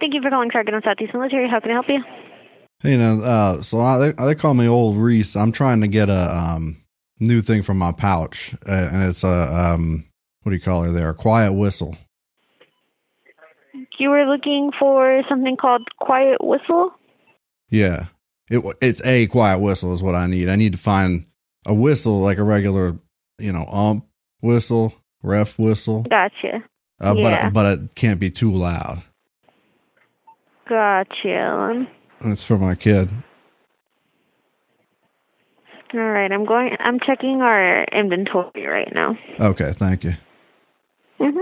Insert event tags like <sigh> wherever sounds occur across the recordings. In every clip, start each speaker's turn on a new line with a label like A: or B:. A: Thank you for calling Sargon and Southeast Military. How can I help you?
B: Hey, you know, uh, so I, they, they call me Old Reese. I'm trying to get a um, new thing from my pouch, uh, and it's a um, what do you call it? There, a quiet whistle.
A: You were looking for something called Quiet Whistle?
B: Yeah, it, it's a quiet whistle is what I need. I need to find a whistle like a regular, you know, ump whistle, ref whistle,
A: Gotcha.
B: uh,
A: yeah.
B: but but it can't be too loud.
A: Gotcha.
B: And It's for my kid.
A: All right, I'm going, I'm checking our inventory right now.
B: Okay, thank you.
A: hmm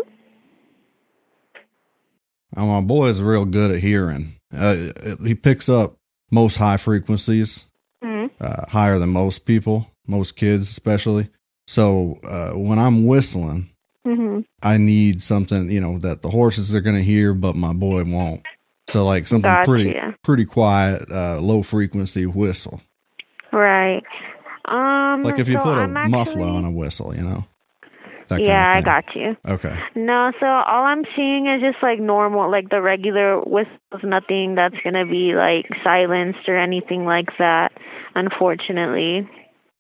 B: And my boy is real good at hearing. Uh, he picks up most high frequencies.
A: hmm
B: uh, higher than most people, most kids especially. So uh, when I'm whistling,
A: hmm
B: I need something you know that the horses are gonna hear, but my boy won't. So like something
A: Gotcha.
B: pretty pretty quiet, uh, low frequency whistle.
A: Right. Um,
B: Like if you
A: so
B: put a
A: I'm actually,
B: muffler on a whistle, you know. That
A: Yeah, I
B: kind of
A: got you.
B: thing. Okay.
A: No, so all I'm seeing is just like normal, like the regular whistles, nothing that's going to be like silenced or anything like that, unfortunately.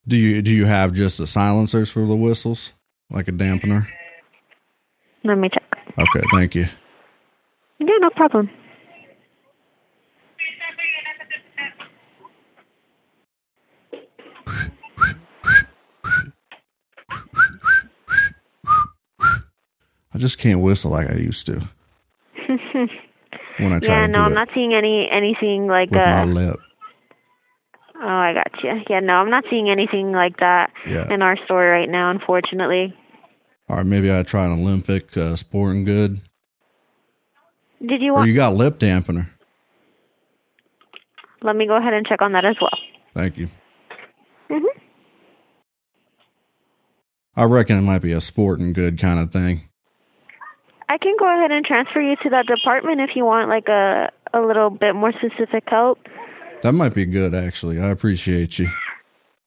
B: Do you do you have just the silencers for the whistles, like a dampener?
A: Let me check.
B: Okay, thank you.
A: Yeah, no <laughs> problem.
B: I just can't whistle like I used to when I try
A: yeah,
B: to
A: no,
B: do
A: I'm
B: it
A: not seeing any anything like
B: with my
A: uh
B: lip.
A: Oh, I got you. Yeah, no, I'm not seeing anything like that
B: Yeah.
A: in our store right now, unfortunately.
B: All right, maybe I try an Olympic uh, sporting good.
A: Did you
B: Or
A: want?
B: you got lip dampener.
A: Let me go ahead and check on that as well.
B: Thank you.
A: Mhm.
B: I reckon it might be a sporting good kind of thing.
A: I can go ahead and transfer you to that department if you want like a a little bit more specific help.
B: That might be good, actually. I appreciate you.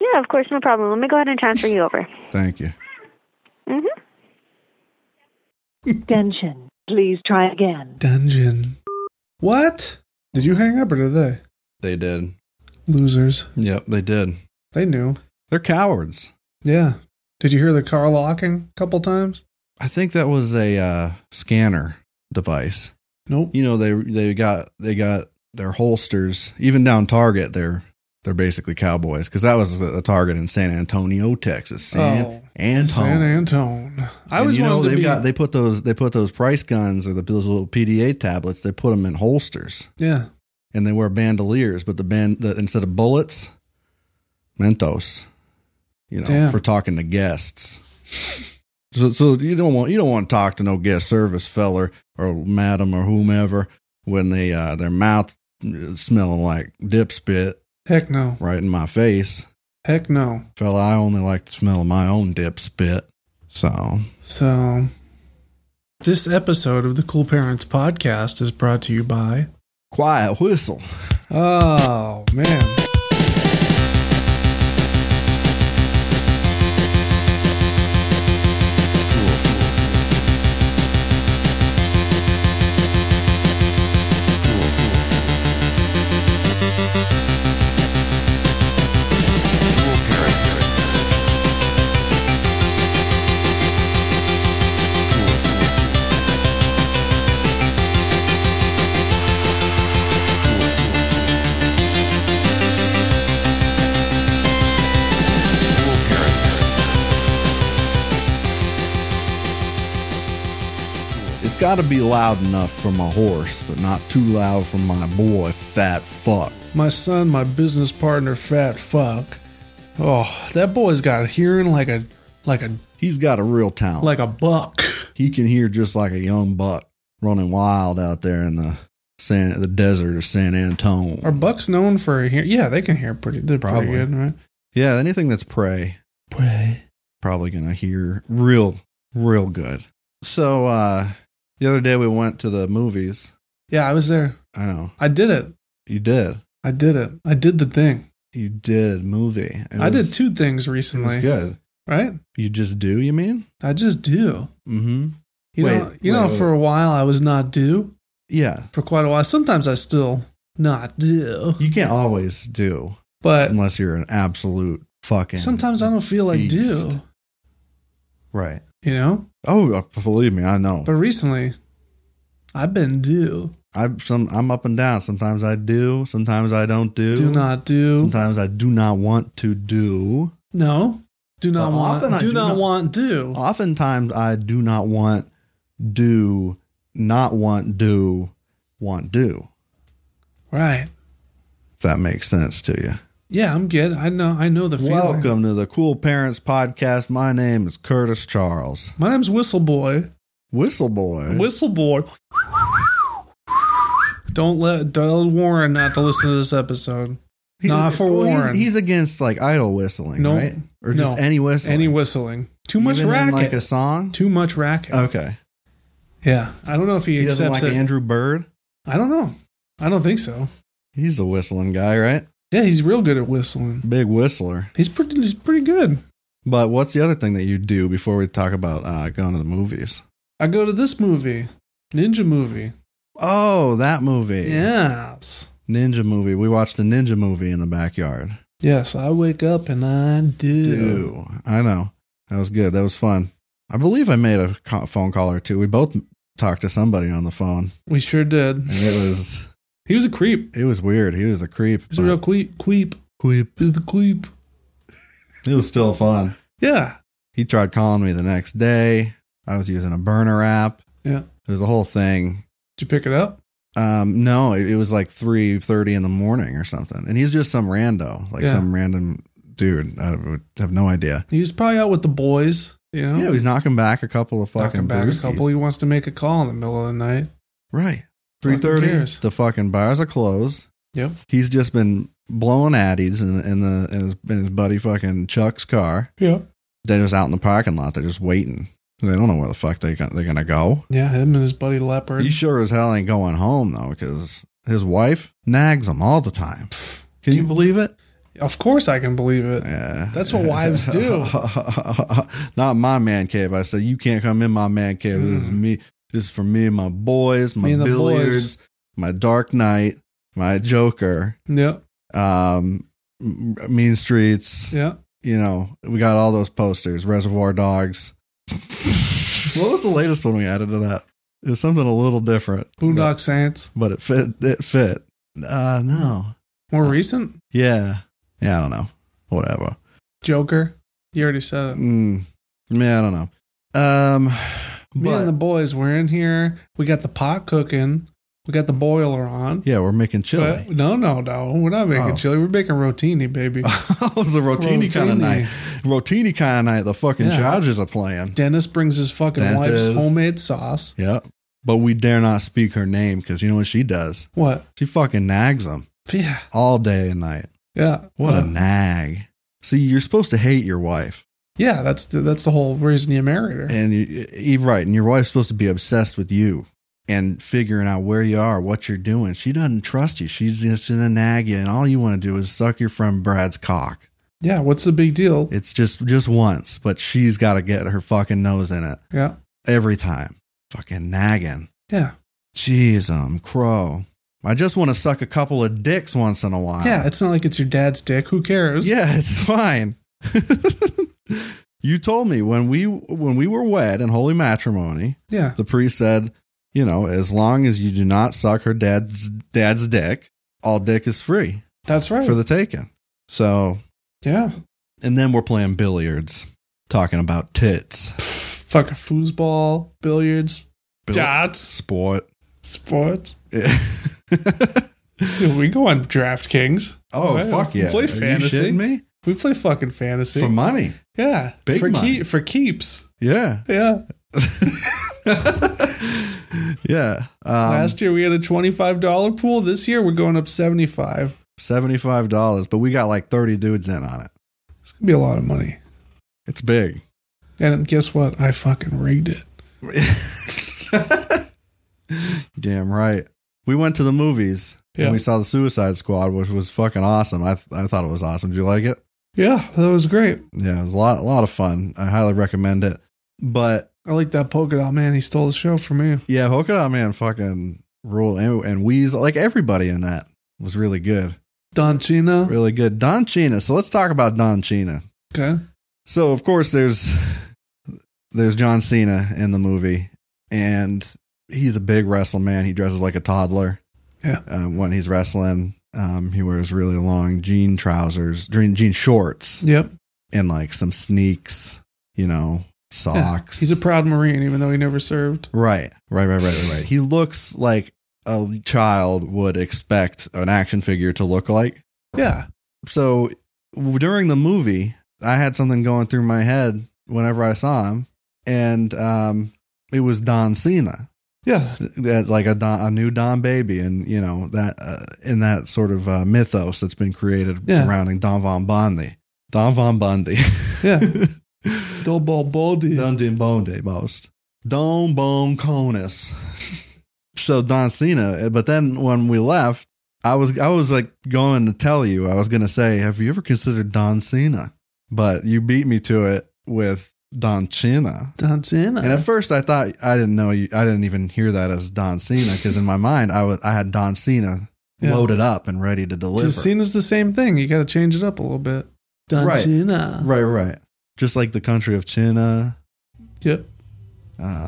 A: Yeah, of course, no problem. Let me go ahead and transfer you over.
B: Thank you.
A: Mhm.
C: Extension. Please try again.
D: Dungeon. What? Did you hang up or did they?
B: They did.
D: Losers.
B: Yep, they did.
D: They knew.
B: They're cowards.
D: Yeah. Did you hear the car locking a couple times?
B: I think that was a uh, scanner device.
D: Nope.
B: You know, they they got they got their holsters even down Target. They're they're basically cowboys because that was the, the Target in San Antonio, Texas. San
D: Oh.
B: Antonio.
D: San Antone. I
B: And
D: was
B: you
D: one
B: know
D: of
B: they
D: the
B: got they put those they put those price guns or the those little PDA tablets they put them in holsters
D: Yeah.
B: and they wear bandoliers but the band the, instead of bullets Mentos you know
D: Damn.
B: for talking to guests so so you don't want you don't want to talk to no guest service feller or madam or whomever when they uh their mouth is smelling like dip spit
D: Heck no.
B: right in my face
D: Heck no.
B: fella I only like the smell of my own dip spit so
D: So this episode of the Cool Parents Podcast is brought to you by
B: quiet whistle.
D: Oh man.
B: It's got to be loud enough for my horse, but not too loud for my boy, fat fuck.
D: My son, my business partner, fat fuck. Oh, that boy's got hearing like a like a
B: He's got a real talent.
D: like a buck.
B: he can hear just like a young buck running wild out there in the San, the desert of San
D: Are
B: Antone.
D: bucks known for hear? Yeah, they can hear pretty. They're
B: Probably.
D: pretty good, right?
B: Yeah, anything that's prey
D: Prey.
B: probably gonna hear real, real good. So uh the other day we went to the movies.
D: Yeah, I was there.
B: I know
D: I did it.
B: you did,
D: I did it. I did the thing.
B: you did movie. It
D: I
B: was-
D: did two things
B: It was
D: recently.
B: good.
D: Right?
B: You just do. You mean?
D: I just do.
B: Mm-hmm.
D: You
B: Wait,
D: know, you
B: wait,
D: know,
B: wait.
D: for a while I was not due
B: Yeah.
D: for quite a while. Sometimes I still not do,
B: You can't always do
D: but
B: unless you're an absolute fucking.
D: sometimes I don't feel like
B: beast.
D: do.
B: Right.
D: You know,
B: Oh, uh, believe me, I know.
D: but recently I've been do,
B: I some I'm up and down. Sometimes I do. Sometimes I don't do.
D: do not do,
B: Sometimes I do not want to do.
D: no, do not
B: Well,
D: want,
B: often I
D: do,
B: do
D: not,
B: not-
D: want do.
B: Oftentimes I do not want do. Not want do. Want do.
D: Right?
B: If that makes sense to you.
D: Yeah, I'm good. I know. I know the feeling.
B: Welcome to the Cool Parents Podcast. My name is Curtis Charles.
D: My name's Whistleboy.
B: Whistle boy.
D: Whistleboy. Don't let don't Warren not to listen to this episode.
B: He's-
D: Nah, for
B: well, he's-
D: Warren.
B: He's, against like idle whistling,
D: No,
B: right? Or just
D: no.
B: any whistling.
D: Any whistling. Too much
B: Even in,
D: racket.
B: like a song.
D: Too much racket.
B: Okay.
D: yeah. I don't know if he,
B: He doesn't
D: accepts
B: like
D: it.
B: Andrew Bird.
D: I don't know. I don't think so.
B: He's a whistling guy, right?
D: Yeah, he's real good at whistling.
B: Big whistler.
D: He's pretty he's pretty good.
B: But what's the other thing that you do before we talk about uh, going to the movies?
D: I go to this movie. Ninja movie.
B: Oh, that movie.
D: Yes.
B: Ninja movie. We watched a ninja movie in the backyard.
D: Yes, I wake up and I do.
B: Ew. I know. That was good. That was fun. I believe I made a co- phone call or two. We both talked to somebody on the phone,
D: We sure did.
B: and it was
D: He was a creep.
B: it was weird. He was a creep.
D: He's a
B: but-
D: real queep queep. Queep. He's a queep.
B: It was still fun.
D: Yeah.
B: He tried calling me the next day. I was using a burner app.
D: Yeah.
B: It was a whole thing.
D: Did you pick it up?
B: Um, no, it, it was like three thirty in the morning or something. And he's just some rando, like
D: Yeah.
B: some random dude. I would have no idea.
D: He was probably out with the boys, you know.
B: Yeah, he's knocking back a couple of fucking
D: Knocking back
B: brewskis.
D: a couple. He wants to make a call in the middle of the night.
B: Right. Three
D: Fucking
B: thirty.
D: cares.
B: The fucking bars are closed.
D: Yep.
B: He's just been blowing addies in, in the in his, in his buddy fucking Chuck's car.
D: Yeah.
B: They're just out in the parking lot. They're just waiting. They don't know where the fuck they gon- they're gonna go.
D: Yeah, him and his buddy Leopard.
B: He sure as hell ain't going home though, because his wife nags him all the time. Can you believe it?
D: of course I can believe it.
B: Yeah.
D: That's what wives do.
B: <laughs> Not my man cave. I said you can't come in my man cave. This is me. This is for me and my boys, my
D: Mm. Me and the
B: billiards, my Dark Knight, my Joker,
D: Yeah.
B: um, m- Mean Streets.
D: Yeah.
B: You know, we got all those posters. Reservoir Dogs. <laughs> what was the latest one we added to that? It was something a little different. But-
D: Boondock Saints.
B: but it fit. It fit. Uh, no.
D: More recent?
B: Yeah. Yeah. I don't know. Whatever.
D: Joker. You already said it.
B: Mm. Yeah. I don't know. Um,
D: Me
B: but
D: and the boys, we're in here. We got the pot cooking. We got the boiler on.
B: yeah, we're making
D: But-
B: chili.
D: no, no, no. We're not making
B: Oh.
D: chili. We're making rotini,
B: <laughs>
D: baby.
B: it was a <laughs> rotini, kind of
D: Rotini.
B: night. Rotini kind of night. The fucking
D: Yeah.
B: Chargers are playing.
D: Dennis brings his fucking
B: Dentist.
D: wife's homemade sauce.
B: Yep. But we dare not speak her name because you know what she does?
D: What?
B: She fucking nags them
D: Yeah.
B: all day and night.
D: Yeah.
B: What
D: Uh,
B: a nag. See, you're supposed to hate your wife.
D: Yeah, that's the, that's the whole reason you married her.
B: And you, you right, and your wife's supposed to be obsessed with you and figuring out where you are, what you're doing. She doesn't trust you. She's just gonna nag you, and all you want to do is suck your friend Brad's cock.
D: Yeah, what's the big deal?
B: It's just just once, but she's got to get her fucking nose in it
D: Yeah,
B: every time. Fucking nagging.
D: yeah,
B: Jeez, um, crow. I just want to suck a couple of dicks once in a while.
D: yeah. It's not like it's your dad's dick. Who cares?
B: Yeah, it's fine. <laughs> you told me when we when we were wed in holy matrimony.
D: yeah,
B: the priest said, you know, as long as you do not suck her dad's dad's dick, all dick is free
D: that's right.
B: for the taking. So,
D: yeah,
B: and then we're playing billiards, talking about tits,
D: fucking foosball, billiards,
B: Bill-
D: dots,
B: sport.
D: sports.
B: oh
D: Dude, we go on DraftKings. Wow.
B: fuck yeah!
D: Play
B: Oh, Are you
D: fantasy.
B: shitting me?
D: We play fucking fantasy.
B: for money.
D: yeah.
B: Big
D: for
B: money.
D: for keeps.
B: Yeah.
D: Yeah.
B: yeah. Um,
D: Last year we had a $25 pool. This year we're going up 75.
B: seventy-five dollars, but we got like thirty dudes in on it.
D: It's going to be a lot of money.
B: It's big.
D: And guess what? I fucking rigged it.
B: <laughs> Damn right. We went to the movies
D: Yeah.
B: and we saw the Suicide Squad, which was fucking awesome. I I thought it was awesome. Did you like it?
D: Yeah, that was great.
B: Yeah, it was a lot a lot of fun. I highly recommend it. But
D: I like that polka dot man. He stole the show from me.
B: yeah, Polka Dot Man fucking rule and, and Weasel, like everybody in that was really good,
D: Don Chino.
B: really good. Don Chena. So let's talk about Don Chena.
D: Okay.
B: So of course there's there's John Cena in the movie, and he's a big wrestling man. He dresses like a toddler.
D: Yeah.
B: Um, when he's wrestling, um, he wears really long jean trousers, jean, jean shorts,
D: Yep.
B: and like some sneaks. You know, socks.
D: He's a proud Marine, even though he never served.
B: right, right, right, right, right, right. He looks like a child would expect an action figure to look like.
D: Yeah.
B: so w- during the movie, I had something going through my head whenever I saw him, and um, it was Don Cena,
D: Yeah.
B: Th- that- like a Don, a new Don Baby, and you know that uh, in that sort of uh, mythos that's been created
D: Yeah.
B: surrounding Don Von Bondi, Don Von Bondi, <laughs>
D: Yeah. Double baldy.
B: Don Din Bondi, most Don Bone Conus.
D: <laughs>
B: so Don Cena, eh, but then when we left. I was I was like going to tell you. I was going to say, have you ever considered Don Cena? But you beat me to it with Don Cena.
D: Don Chino.
B: And at first, I thought I didn't know you. I didn't even hear that as Don Cena because in my mind, I was I had Don Cena
D: Yeah.
B: loaded up and ready to deliver.
D: Just seen as the same thing. You got to change it up a little bit. Don
B: Right.
D: Chino.
B: Right, right. Just like the country of China.
D: Yep.
B: <laughs> Um,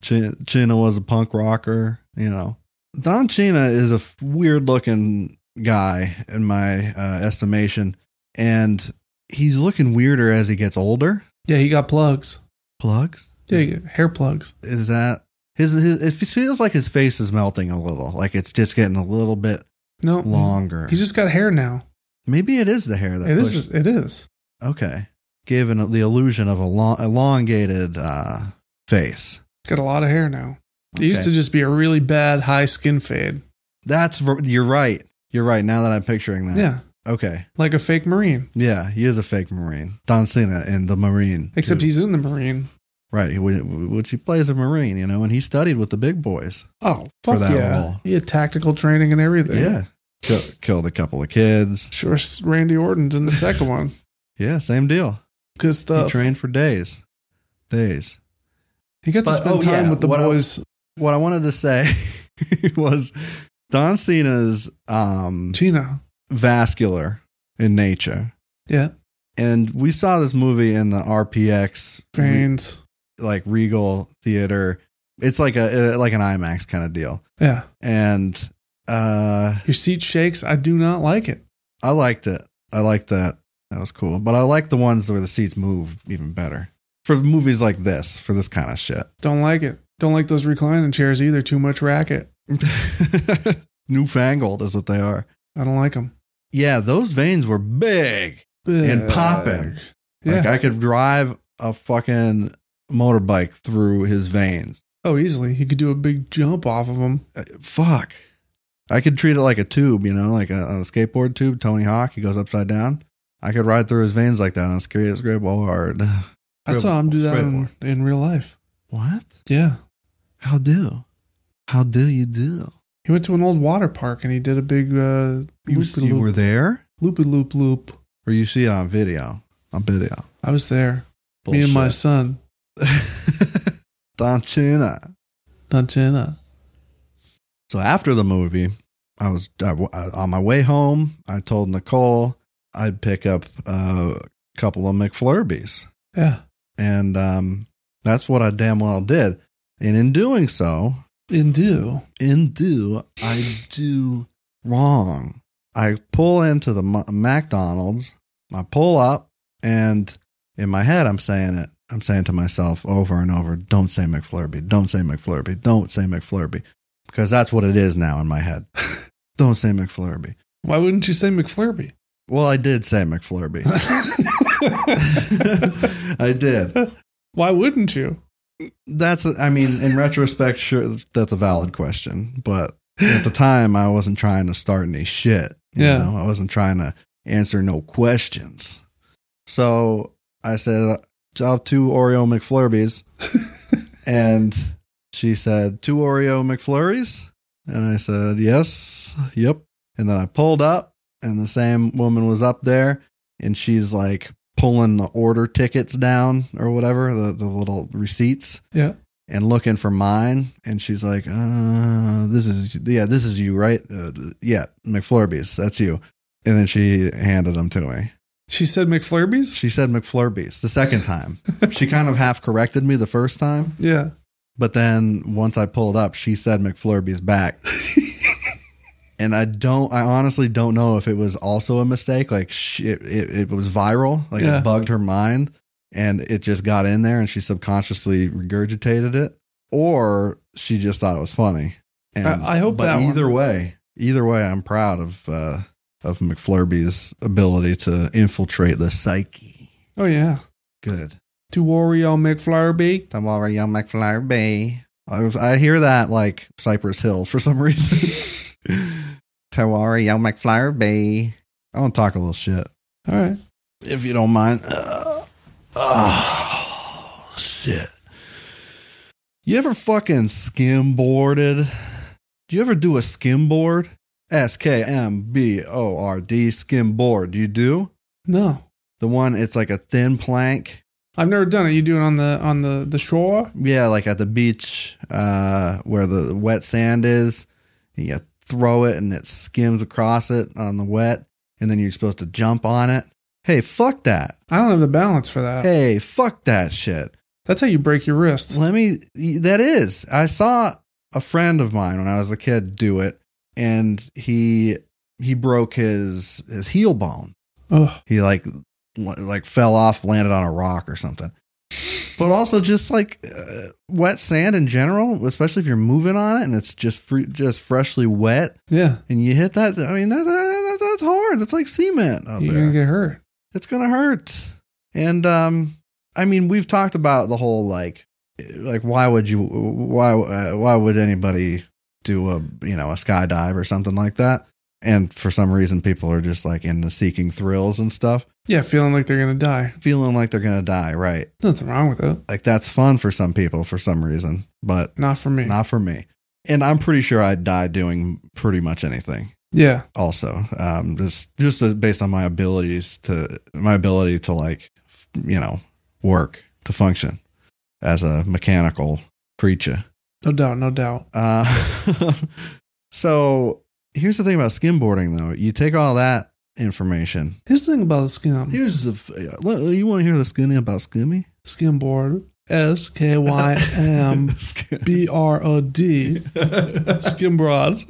B: Ch- Chena was a punk rocker, you know. Don Chena is a weird looking guy in my uh, estimation, and he's looking weirder as he gets older.
D: Yeah, he got plugs.
B: Plugs?
D: Yeah, he got hair plugs.
B: Is that his, his? It feels like his face is melting a little, like it's just getting a little bit
D: No.
B: longer.
D: He's Oh, just got hair now.
B: Maybe it is the hair that
D: It
B: pushed-
D: is. It is.
B: Okay, giving the illusion of a long, elongated uh, face.
D: Got a lot of hair now. It used
B: Okay.
D: to just be a really bad high skin fade.
B: That's ver- you're right. You're right. Now that I'm picturing that.
D: Yeah.
B: Okay.
D: Like a fake Marine.
B: Yeah, he is a fake Marine. Don Cena in the Marine.
D: Except
B: too.
D: he's in the Marine.
B: right, he- which he plays a Marine, you know, and he studied with the big boys.
D: Oh,
B: For
D: fuck
B: that
D: yeah.
B: role.
D: He had tactical training and everything.
B: Yeah, Kill, killed a couple of kids.
D: Sure, Randy Orton's in the second one.
B: Yeah, same deal. <laughs>
D: Good
B: He
D: stuff. He,
B: trained for days, days.
D: got to
B: But-
D: spend
B: oh,
D: time
B: yeah,
D: with the
B: what I-
D: boys.
B: What I wanted to say <laughs> was Don Cena's um,
D: Gina.
B: vascular in nature,
D: Yeah.
B: and we saw this movie in the RPX
D: Veins.
B: like Regal Theater. It's like a uh, like an IMAX kind of deal,
D: Yeah.
B: and uh
D: Your seat shakes. I do not like it.
B: I liked it. I liked that. That was cool. But I like the ones where the seats move even better. For movies like this, for this kind of shit. <laughs>
D: Don't like it. Don't like those reclining chairs either. Too much racket.
B: Newfangled is what they are.
D: I don't like them.
B: Yeah, those veins were big and popping.
D: Yeah.
B: Like I could drive a fucking motorbike through his veins.
D: oh, easily. You could do a big jump off of them.
B: Uh, Fuck. I could treat it like a tube, you know, like a, a skateboard tube. Tony Hawk, he goes upside down. I could ride through his veins like that on a skate <sighs> skateboard.
D: I saw him do that in,
B: Skateboard.
D: in real life.
B: What?
D: Yeah.
B: How do? How do you do?
D: He went to an old water park and he did a big uh,
B: You, you were
D: loop-de-loop.
B: there,
D: Loopy loop loop.
B: or you see it on video? On video.
D: I was there. Me and my son.
B: Bullshit. <laughs> Don Chena.
D: Dantina.
B: So after the movie, I was I, I- on my way home. I told Nicole I'd pick up uh, a couple of McFlurbies,
D: Yeah.
B: and um, that's what I damn well did. And in doing so,
D: And do.
B: in do I do wrong. I pull into the M- McDonald's, I pull up, and in my head, I'm saying it. I'm saying to myself over and over, don't say McFlurby, don't say McFlurby, don't say McFlurby, because that's what it is now in my head. <laughs> don't say McFlurby.
D: Why wouldn't you say McFlurby?
B: Well, I did say McFlurby. <laughs> I did.
D: <laughs> Why wouldn't you?
B: That's, I mean, in retrospect, sure, that's a valid question. But at the time, I wasn't trying to start any shit. You
D: Yeah.
B: Know? I wasn't trying to answer no questions. So I said, I'll have two Oreo McFlurbies. and she said, Two Oreo McFlurries? And I said, Yes. Yep. And then I pulled up, and the same woman was up there, and she's like pulling the order tickets down or whatever, the, the little receipts
D: Yeah.
B: and looking for mine and she's like uh this is yeah this is you right uh, yeah mcflurby's that's you and then she handed them to me
D: She said McFlurbies?
B: she said mcflurby's the second time she kind of half corrected me the first time
D: Yeah.
B: but then once i pulled up she said mcflurby's
D: <laughs>
B: back and i don't i honestly don't know if it was also a mistake like she, it, it, it was viral like
D: Yeah.
B: it bugged her mind and it just got in there and she subconsciously regurgitated it or she just thought it was funny and
D: I- I hope
B: but
D: that one-
B: either way either way i'm proud of uh of mcflurby's ability to infiltrate the psyche
D: Oh, yeah.
B: good
D: To Oreo McFlurby?
B: i'm already on mcflurby I, was, I hear that like cypress hill for some <laughs> reason tawari yo mcflurby i want to talk a little shit
D: All right.
B: if you don't mind. Uh, oh, shit. You ever fucking skimboarded? Do you ever do a skimboard? S K M B O R D skimboard. Do you do?
D: No.
B: The one, it's like a thin plank.
D: I've never done it. You do it on the on the, the shore?
B: Yeah, like at the beach uh, where the wet sand is. And you throw it and it skims across it on the wet. And then you're supposed to jump on it. Hey, fuck that.
D: I don't have the balance for that.
B: Hey, fuck that shit.
D: That's how you break your wrist.
B: Let me. That is. I saw a friend of mine when I was a kid do it, and he he broke his his heel bone.
D: Ugh.
B: He like l- like fell off, landed on a rock or something. But also just like uh, wet sand in general, especially if you're moving on it and it's just free, just freshly wet,
D: Yeah.
B: and you hit that. I mean, that, that that's hard. That's like cement up
D: You're
B: there
D: going to get hurt.
B: it's gonna hurt. And um, I mean, we've talked about the whole like, like why would you why uh, why would anybody do a you know a skydive or something like that? And for some reason, people are just like into seeking thrills and stuff,
D: Yeah, feeling like they're going to die.
B: feeling like they're gonna die. Right?
D: Nothing wrong with it.
B: Like that's fun for some people for some reason, but
D: Not for me.
B: not for me. And I'm pretty sure I'd die doing pretty much anything.
D: yeah.
B: also um just just uh, based on my abilities to my ability to like f- you know work to function as a mechanical creature
D: No doubt. No doubt.
B: uh <laughs> so here's the thing about skimboarding though you take all that information
D: Here's the thing about the skim.
B: here's the f- uh, you want to hear the skinny about skimmy
D: skimboard. S K Y
B: <laughs>
D: M
B: Skim-
D: B R
B: <laughs>
D: O D. Skimboard.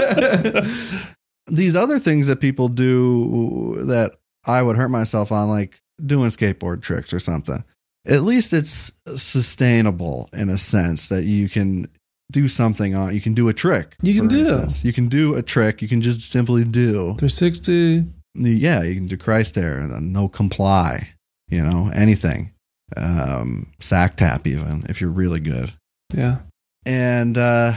B: <laughs> these other things that people do that I would hurt myself on, like doing skateboard tricks or something, at least it's sustainable in a sense that you can do something on. You can do a trick.
D: You can
B: for
D: do.
B: You can do a trick. You can just simply do.
D: 360.
B: Yeah, you can do Christ air and then no comply. You know anything, um, sack tap even if you're really good
D: Yeah.
B: and uh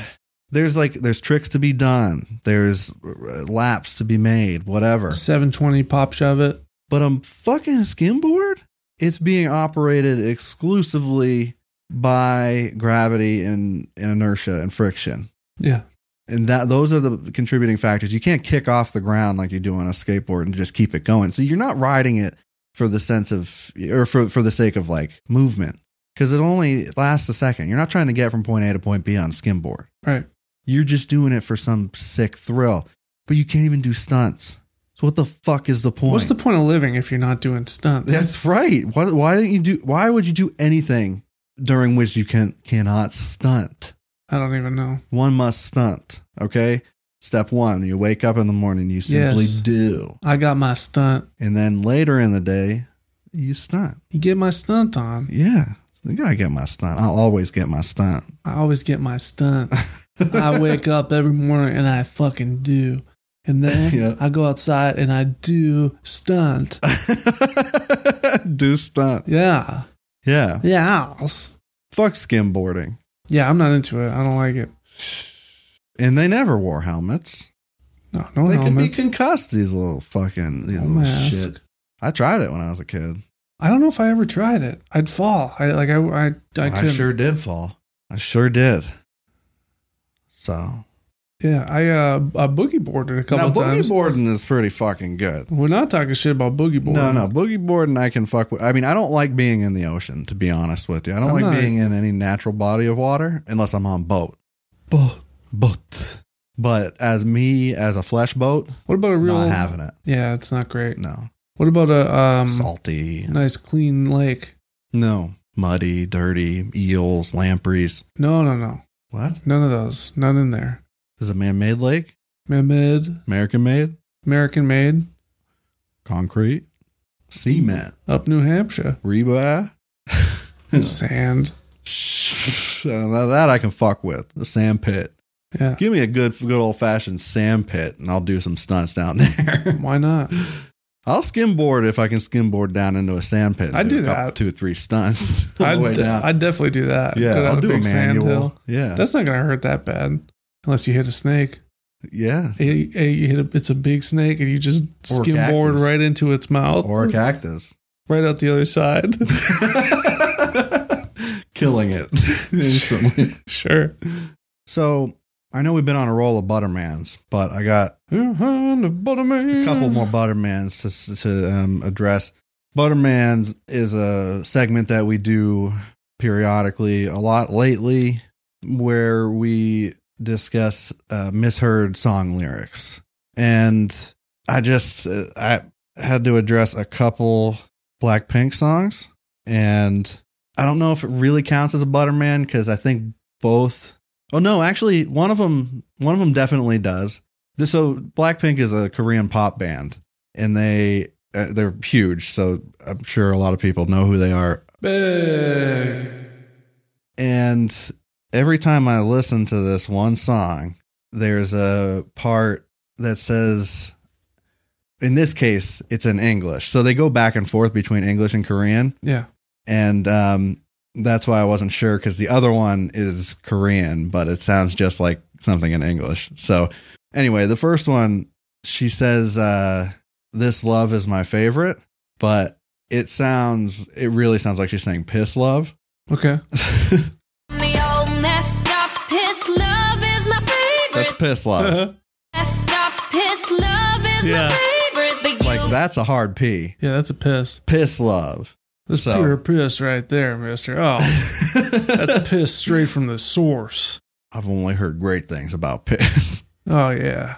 B: there's like there's tricks to be done there's uh, laps to be made whatever
D: 720 pop shove it.
B: but a fucking skimboard it's being operated exclusively by gravity and, and inertia and friction
D: Yeah.
B: and that those are the contributing factors you can't kick off the ground like you do on a skateboard and just keep it going so you're not riding it for the sense of or for, for the sake of like movement because it only lasts a second you're not trying to get from point a to point b on a skimboard
D: Right.
B: you're just doing it for some sick thrill, but you can't even do stunts. So what the fuck is the point?
D: What's the point of living if you're not doing stunts?
B: That's right. Why, why didn't you do? Why would you do anything during which you can cannot stunt?
D: I don't even know.
B: One must stunt. Okay. Step one: you wake up in the morning, you simply
D: Yes.
B: do,
D: I got my stunt.
B: and then later in the day, you stunt.
D: You get my stunt on.
B: Yeah, I gotta get my stunt. I'll always get my stunt. <laughs>
D: I always get my stunt. I wake up every morning and I fucking do. And
B: <laughs>
D: then
B: Yeah.
D: I go outside and I do stunt.
B: Do stunt.
D: Yeah.
B: Yeah.
D: Yeah.
B: Fuck skimboarding.
D: Yeah, I'm not into it. I don't like it.
B: And they never wore helmets.
D: No, no
B: they
D: helmets.
B: can be concussed, these little fucking these
D: No
B: little
D: mask.
B: shit. I tried it when I was a kid.
D: I don't know if I ever tried it. I'd fall. I like I I, I
B: I,
D: couldn't.
B: sure did fall. I sure did. So
D: Yeah, I uh I boogie boarded a couple
B: now boogie
D: times.
B: boarding is pretty fucking good.
D: We're not talking shit about boogie boarding.
B: No, no, boogie boarding I can fuck with. I mean, I don't like being in the ocean, to be honest with you. I don't
D: I'm
B: like
D: not-
B: being in any natural body of water unless I'm on boat.
D: But
B: Boat. But as me as a flesh boat,
D: what about a real?
B: not having it.
D: yeah, it's not great.
B: No.
D: What about a um
B: Salty.
D: nice clean lake?
B: No. Muddy, dirty, eels, lampreys.
D: No, no, no,
B: What?
D: none of those. None in there.
B: Is it man made lake?
D: Mid
B: American made?
D: American made
B: Concrete? Cement?
D: up New Hampshire
B: <laughs> Rebar? Hmm.
D: sand.
B: Shh. Now Uh, that I can fuck with. The sand pit.
D: Yeah,
B: Give me a good, good old fashioned sand pit and I'll do some stunts down <laughs> there. <laughs>
D: why not?
B: I'll skimboard if I can skimboard down into a sand pit. and
D: I'd do
B: a couple-
D: that.
B: Two or three stunts. <laughs> on the
D: I'd,
B: way
D: de-
B: down.
D: I'd definitely do that.
B: yeah,
D: Go down
B: I'll do a
D: big sand
B: manual.
D: hill.
B: Yeah.
D: That's not gonna hurt that bad unless you hit a snake.
B: yeah.
D: Hey, hey, you hit a, it's a big snake and you just
B: Or a
D: skimboard
B: cactus.
D: right into its mouth,
B: Or a cactus. <laughs>
D: right out the other side. <laughs>
B: Killing it <laughs> instantly.
D: sure.
B: So I know we've been on a roll of Buttermans, but I got a
D: A
B: couple more Buttermans to to um, address. Buttermans is a segment that we do periodically, a lot lately, where we discuss uh, misheard song lyrics, and I just uh, I had to address a couple Blackpink songs, and I don't know if it really counts as a Butterman because I think both. Oh no, actually, one of them one of them definitely does. This- so Blackpink is a Korean pop band, and they uh, they're huge. So I'm sure a lot of people know who they are.
D: Big.
B: And every time I listen to this one song, there's a part that says, in this case, it's in English. So they go back and forth between English and Korean,
D: Yeah.
B: and um, that's why I wasn't sure because the other one is Korean, but it sounds just like something in English. So, anyway, the first one, she says, uh, This love is my favorite, but it sounds, it really sounds like she's saying piss love. <laughs>
D: Okay.
B: That's
E: Me all messed up, piss love is my favorite.
B: piss love.
D: Uh-huh.
E: messed up, piss love is
D: Yeah.
E: my favorite. But you
B: Like, that's a hard P.
D: <laughs> yeah, that's a piss.
B: Piss love.
D: That's
B: So-
D: pure piss right there, mister. Oh,
B: <laughs>
D: that's piss straight from the source.
B: I've only heard great things about piss. <laughs>
D: Oh, yeah.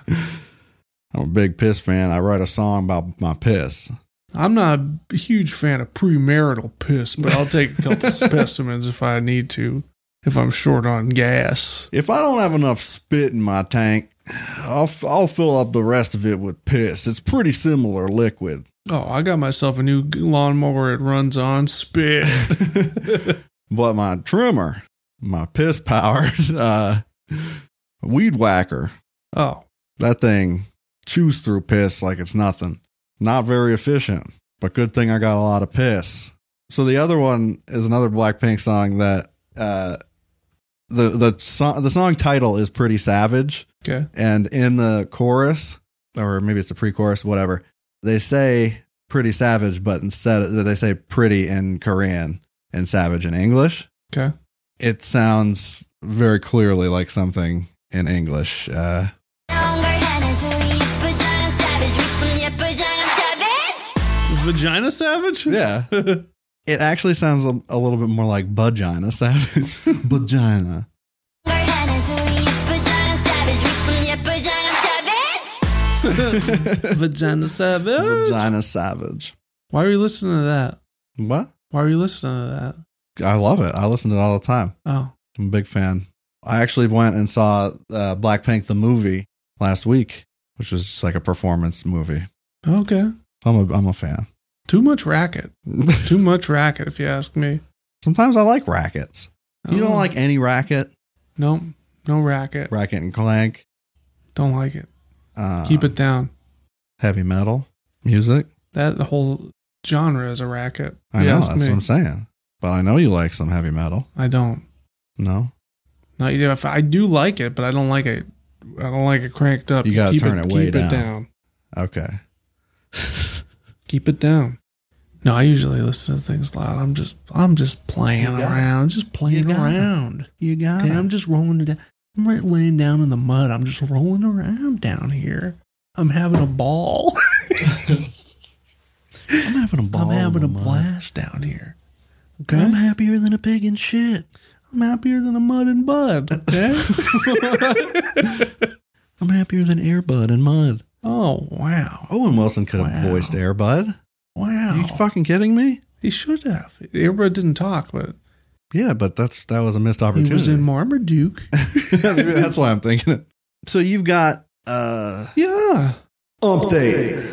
B: I'm a big piss fan. I write a song about my piss.
D: I'm not a huge fan of premarital piss, but I'll take
B: <laughs>
D: a couple specimens if I need to, if I'm short on gas.
B: If I don't have enough spit in my tank, I'll, I'll fill up the rest of it with piss. It's pretty similar liquid.
D: Oh, I got myself a new lawnmower. It runs
B: <laughs>
D: on spit.
B: But my trimmer, my piss powered <laughs> uh, weed whacker,
D: oh,
B: that thing chews through piss like it's nothing. Not very efficient, but good thing I got a lot of piss. So the other one is another Blackpink song that uh, the the song the song title is pretty savage.
D: okay.
B: And in the chorus, or maybe it's the pre-chorus, whatever, they say pretty savage, but instead they say pretty in Korean and savage in English.
D: Okay.
B: It sounds very clearly like something in English. Uh,
E: 나온 걸 하나 줘, 이쁘잖아, savage. 윗선 예쁘잖아, savage.
D: Vagina savage?
B: yeah. it actually sounds a, a little bit more like vagina
D: <laughs>
B: savage. vagina.
E: 걸 하나 줘, 이쁘잖아, savage. 윗선 예쁘잖아, savage.
D: Vagina savage?
B: Vagina savage.
D: Why are you listening to that?
B: What?
D: Why are you listening to that?
B: I love it. I listen to it all the time.
D: Oh,
B: I'm a big fan. I actually went and saw uh, Blackpink the movie last week, which was just like a performance movie.
D: okay.
B: I'm a I'm a
D: <laughs>
B: fan.
D: Too much racket. Too much racket, if you ask me.
B: Sometimes I like rackets. You don't
D: Oh.
B: like any racket,
D: No, no racket.
B: racket and clank.
D: Don't like it.
B: uh,
D: Keep it down.
B: heavy metal music.
D: That whole genre is a racket.
B: I
D: You
B: know
D: ask
B: that's
D: me.
B: what I'm saying. But I know you like some heavy metal.
D: I don't.
B: No,
D: No, you know, if I do like it, but I don't like it. I don't like it cranked up.
B: You gotta turn it way
D: keep
B: down.
D: it down.
B: okay.
D: Keep it down. No, I usually listen to things loud. I'm just, I'm just playing
B: You got it.
D: around, just playing
B: got it.
D: around.
B: You got
D: And I'm just rolling it down. I'm right laying down in the mud. I'm just rolling around down here. I'm having a ball. <laughs>
B: I'm having a ball.
D: I'm having a
B: in the mud.
D: blast down here. Okay.
B: I'm happier than a pig in shit.
D: I'm happier than a mud and bud. Okay.
B: I'm happier than Airbud and mud.
D: oh wow,
B: Owen Wilson could have
D: Wow.
B: voiced Airbud.
D: wow.
B: Are you fucking kidding me?
D: he should have. Everybody didn't talk, but
B: Yeah, but that's that was a missed opportunity.
D: he was in Marmaduke.
B: <laughs> Maybe that's why I'm thinking it. So you've got uh
D: yeah.
B: ump date.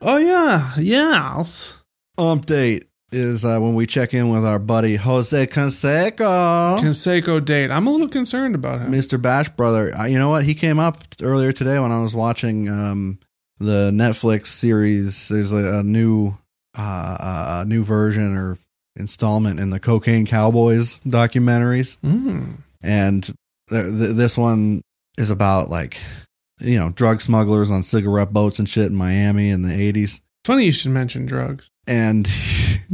D: Oh yeah. Yes.
B: Ump date is uh, when we check in with our buddy Jose Canseco.
D: Canseco date. I'm a little concerned about him.
B: Mr. Bash Brother. Uh, You know what? He came up earlier today when I was watching um, the Netflix series. There's a, a new uh, a new version or installment in the Cocaine Cowboys documentaries,
D: Mm.
B: and th- th- this one is about like you know drug smugglers on cigarette boats and shit in Miami in the '80s.
D: Funny you should mention drugs.
B: And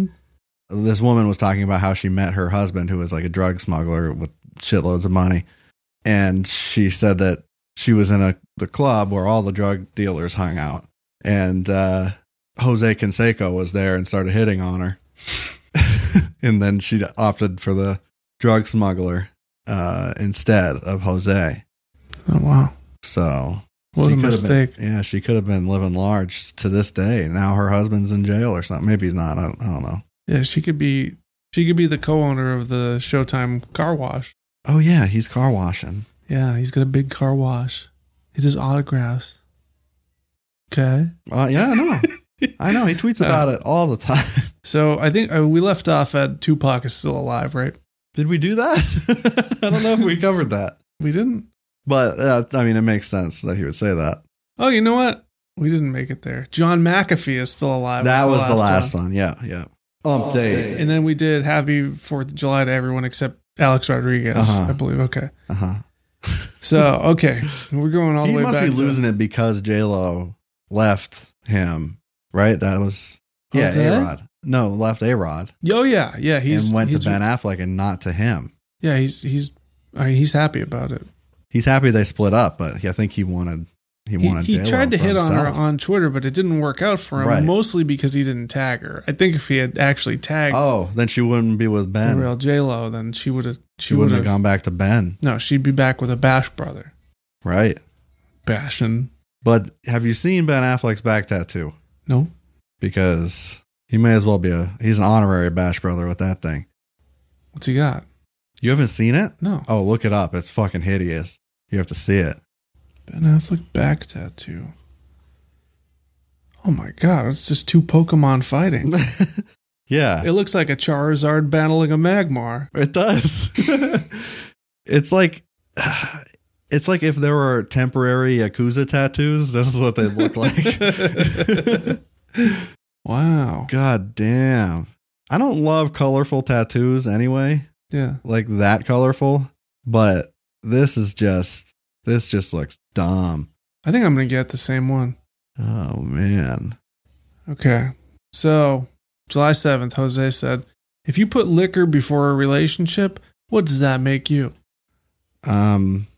B: <laughs> this woman was talking about how she met her husband, who was like a drug smuggler with shitloads of money. And she said that she was in a the club where all the drug dealers hung out, and uh, Jose Canseco was there and started hitting on her. <laughs> and then she opted for the drug smuggler uh, instead of Jose.
D: Oh wow.
B: So
D: What
B: she
D: a
B: could have been-
D: mistake.
B: yeah, she could have been living large to this day. Now her husband's in jail or something. Maybe he's not. I don't, I don't know.
D: Yeah, she could be she could be the co-owner of the Showtime car wash.
B: Oh yeah, he's car washing.
D: Yeah, he's got a big car wash. He does autographs. Okay.
B: Uh, yeah, I
D: <laughs>
B: know. I know. He tweets about it all the time. <laughs>
D: So I think uh, we left off at Tupac is still alive, right?
B: Did we do that? <laughs> I don't know if we covered that,
D: We didn't.
B: but uh, I mean, it makes sense that he would say that.
D: Oh, you know what? We didn't make it there. John McAfee is still alive.
B: that was the last one. Yeah, yeah. Update.
D: And then we did Happy Fourth of July to everyone except Alex Rodriguez,
B: Uh-huh.
D: I believe. Okay.
B: Uh huh.
D: So okay, we're going all
B: He
D: the way
B: must
D: back.
B: be
D: to-
B: losing it because J Lo left him. Right. That was yeah.
D: Jose?
B: A Rod. No, left A Rod
D: Oh yeah, yeah. He's
B: and went
D: he's,
B: to Ben Affleck and not to him.
D: Yeah, he's he's I mean, he's happy about it.
B: He's happy they split up, but he- I think he wanted he
D: He,
B: wanted.
D: he
B: J-Lo
D: tried to
B: for
D: hit on her
B: himself.
D: on Twitter, but it didn't work out for him.
B: Right.
D: Mostly because he didn't tag her. I think if he had actually tagged
B: Oh, then she wouldn't be with Ben.
D: the real J Lo, then she would have.
B: she wouldn't have gone back to Ben,
D: No, she'd be back with a Bash brother.
B: right?
D: Bashing.
B: But have you seen Ben Affleck's back tattoo?
D: No.
B: Because he may as well be a he's an honorary Bash brother with that thing.
D: What's he got?
B: You haven't seen it?
D: No.
B: Oh, look it up. It's fucking hideous. You have to see it. <laughs>
D: Ben Affleck back tattoo. Oh my god, it's just two
B: <laughs>
D: Pokemon fighting.
B: yeah,
D: it looks like a Charizard battling a Magmar.
B: it does. <laughs> it's like <sighs> it's like if there were temporary yakuza tattoos, this is what they look like.
D: <laughs> Wow.
B: God damn. I don't love colorful tattoos anyway,
D: Yeah.
B: like that colorful, but this is just, this just looks dumb.
D: I think I'm gonna get the same one.
B: Oh man.
D: Okay. So, July 7th, Jose said, if you put liquor before a relationship, what does that make you?
B: Um,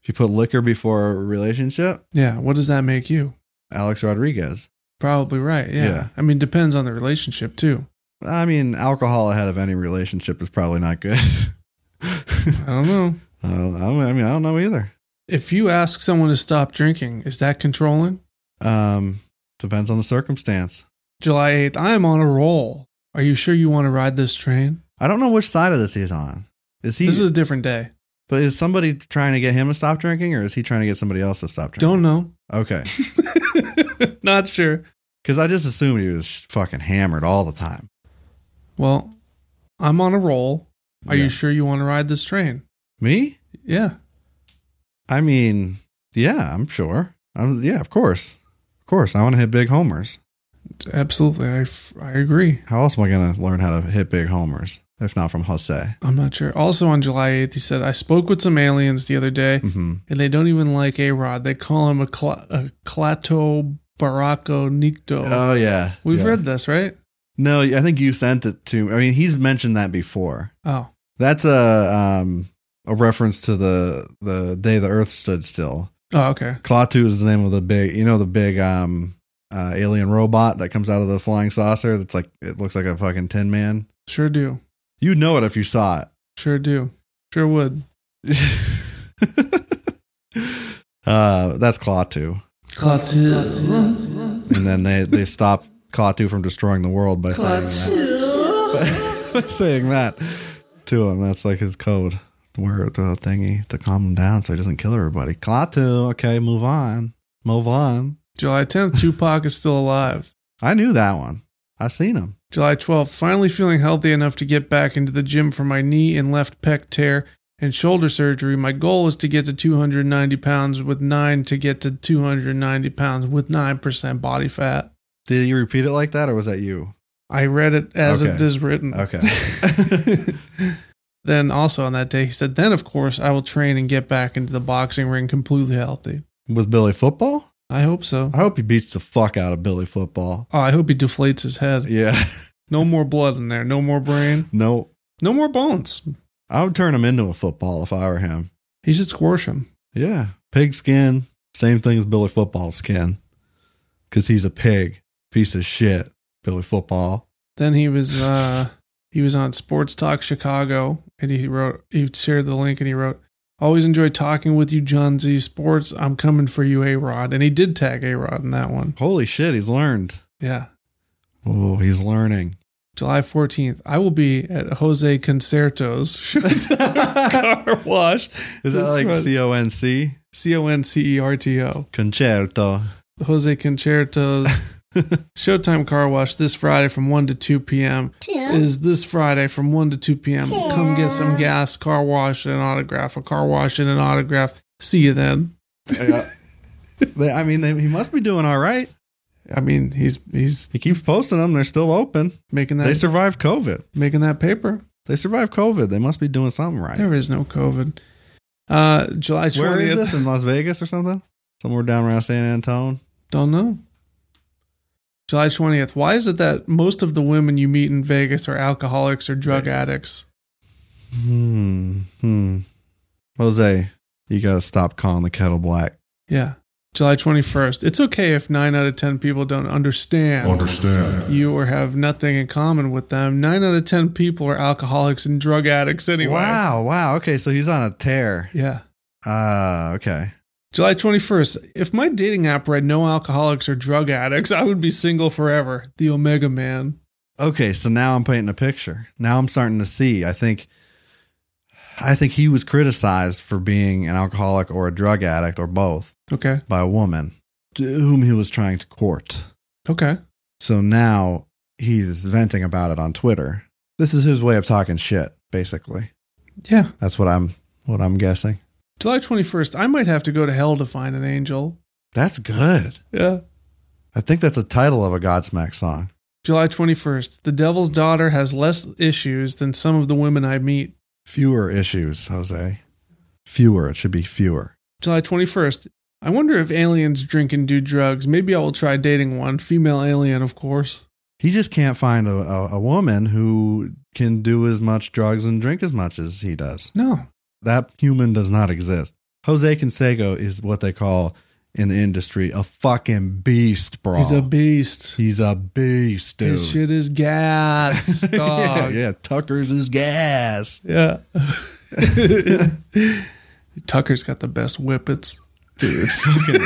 B: if you put liquor before a relationship,
D: Yeah. What does that make you?
B: Alex Rodriguez.
D: Probably right. Yeah.
B: Yeah.
D: I mean, depends on the relationship too.
B: I mean, alcohol ahead of any relationship is probably not good. <laughs>
D: I don't know.
B: I, don't, I don't- I mean, I don't know either.
D: If you ask someone to stop drinking, is that controlling?
B: Um, depends on the circumstance.
D: July 8th, I am on a roll. Are you sure you want to ride this train?
B: I don't know which side of this he's on. Is he?
D: this is a different day.
B: But is somebody trying to get him to stop drinking, or is he trying to get somebody else to stop drinking?
D: Don't know. <laughs>
B: Okay,
D: Not sure.
B: because I just assumed he was sh- fucking hammered all the time.
D: Well, I'm on a roll. Are
B: Yeah.
D: you sure you want to ride this train?
B: Me?
D: Yeah.
B: I mean, Yeah, I'm sure. I'm, yeah, of course. Of course. I want to hit big homers.
D: Absolutely. I, f- I agree.
B: How else am I going to learn how to hit big homers if not from Jose?
D: I'm not sure. Also on July 8th, he said, I spoke with some aliens the other day,
B: hmm
D: and they don't even like A Rod. They call him a, cla a Clato Baracco Nicto.
B: Oh, yeah.
D: We've
B: Yeah.
D: read this, right?
B: No, I think you sent it to me. I mean, he's mentioned that before.
D: Oh,
B: That's a um, a reference to the the day the Earth stood still.
D: oh okay.
B: Klaatu is the name of the big, you know, the big um, uh, alien robot that comes out of the flying saucer. That's like it looks like a fucking Tin Man.
D: Sure do.
B: You'd know it if you saw it.
D: Sure do. Sure would.
B: uh, that's Klaatu, and then they they stop Klaatu from destroying the world by saying that. <laughs> by saying that to him. That's like his code word, the thingy to calm him down so he doesn't kill everybody. Klaatu, okay, move on, move on.
D: July 10th, Tupac is still alive.
B: I knew that one. I seen him.
D: July 12th, finally feeling healthy enough to get back into the gym for my knee and left pec tear and shoulder surgery. My goal is to get to 290 pounds with nine to get to 290 pounds with 9% body fat.
B: Did you repeat it like that, or was that you?
D: I read it as it
B: Okay.
D: is written.
B: Okay.
D: <laughs> then also on that day, he said, Then, of course, I will train and get back into the boxing ring completely healthy.
B: With Billy Football?
D: I hope so.
B: I hope he beats the fuck out of Billy Football.
D: Oh, I hope he deflates his head.
B: Yeah. <laughs>
D: No more blood in there. No more brain.
B: No,
D: No more bones.
B: I would turn him into a football if I were him.
D: He should squash him.
B: Yeah. Pig skin, same thing as Billy Football skin. Because he's a pig. Piece of shit, Billy Football.
D: Then he was uh he was on Sports Talk Chicago and he wrote he shared the link and he wrote Always enjoy talking with you, John Z Sports. I'm coming for you, A Rod. And he did tag A Rod in that one.
B: Holy shit, he's learned.
D: Yeah.
B: Oh, he's learning.
D: July 14th. I will be at Jose Concerto's <laughs> car wash.
B: Is that
D: This
B: like
D: was-
B: C O N C?
D: C O N C E R T O.
B: Concerto.
D: Jose Concerto's
B: <laughs>
D: Showtime Car Wash this Friday from 1 to 2 p.m. is this Friday from 1 to 2 p.m. Come get some gas, car wash, and an autograph. A car wash and an autograph. See you then.
B: Yeah. They- I mean, they, he must be doing all right.
D: I mean, he's he's
B: He keeps posting them. They're still open.
D: making
B: They
D: that
B: survived COVID.
D: making that paper.
B: They survived COVID. They must be doing something right.
D: There is no COVID. Uh, July 20th.
B: Where is this in Las Vegas or something? Somewhere down around San Antone.
D: Don't know. July 20th. Why is it that most of the women you meet in Vegas are alcoholics or drug addicts?
B: Hmm. Hmm. Jose, you gotta stop calling the kettle black.
D: Yeah. July 21st. It's okay if 9 out of 10 people don't understand.
F: Understand.
D: you or have nothing in common with them. Nine out of ten people are alcoholics and drug addicts anyway.
B: Wow. Wow. Okay. So he's on a tear.
D: Yeah.
B: Ah. okay.
D: July 21st. If my dating app read no alcoholics or drug addicts, I would be single forever. The Omega Man.
B: Okay. So now I'm painting a picture. Now I'm starting to see. I think. I think he was criticized for being an alcoholic or a drug addict or both
D: Okay.
B: by a woman to whom he was trying to court.
D: Okay.
B: So now he's venting about it on Twitter. This is his way of talking shit, basically.
D: Yeah.
B: That's what I'm what I'm guessing.
D: July 21st. I might have to go to hell to find an angel.
B: That's good.
D: Yeah.
B: I think that's a title of a Godsmack song.
D: July 21st. The devil's daughter has less issues than some of the women I meet.
B: Fewer issues, Jose. Fewer. It should be fewer.
D: July 21st. I wonder if aliens drink and do drugs. Maybe I will try dating one. Female alien, of course.
B: He just can't find a, a, a woman who can do as much drugs and drink as much as he does.
D: No.
B: That human does not exist. Jose Canseco is what they call in the industry a fucking beast, bro.
D: He's a beast.
B: He's a beast, dude.
D: His shit is
B: <laughs>
D: gas,
B: yeah,
D: dog. yeah,
B: yeah, Tucker's is gas.
D: <laughs> Tucker's got the best whippets.
B: Dude, fucking,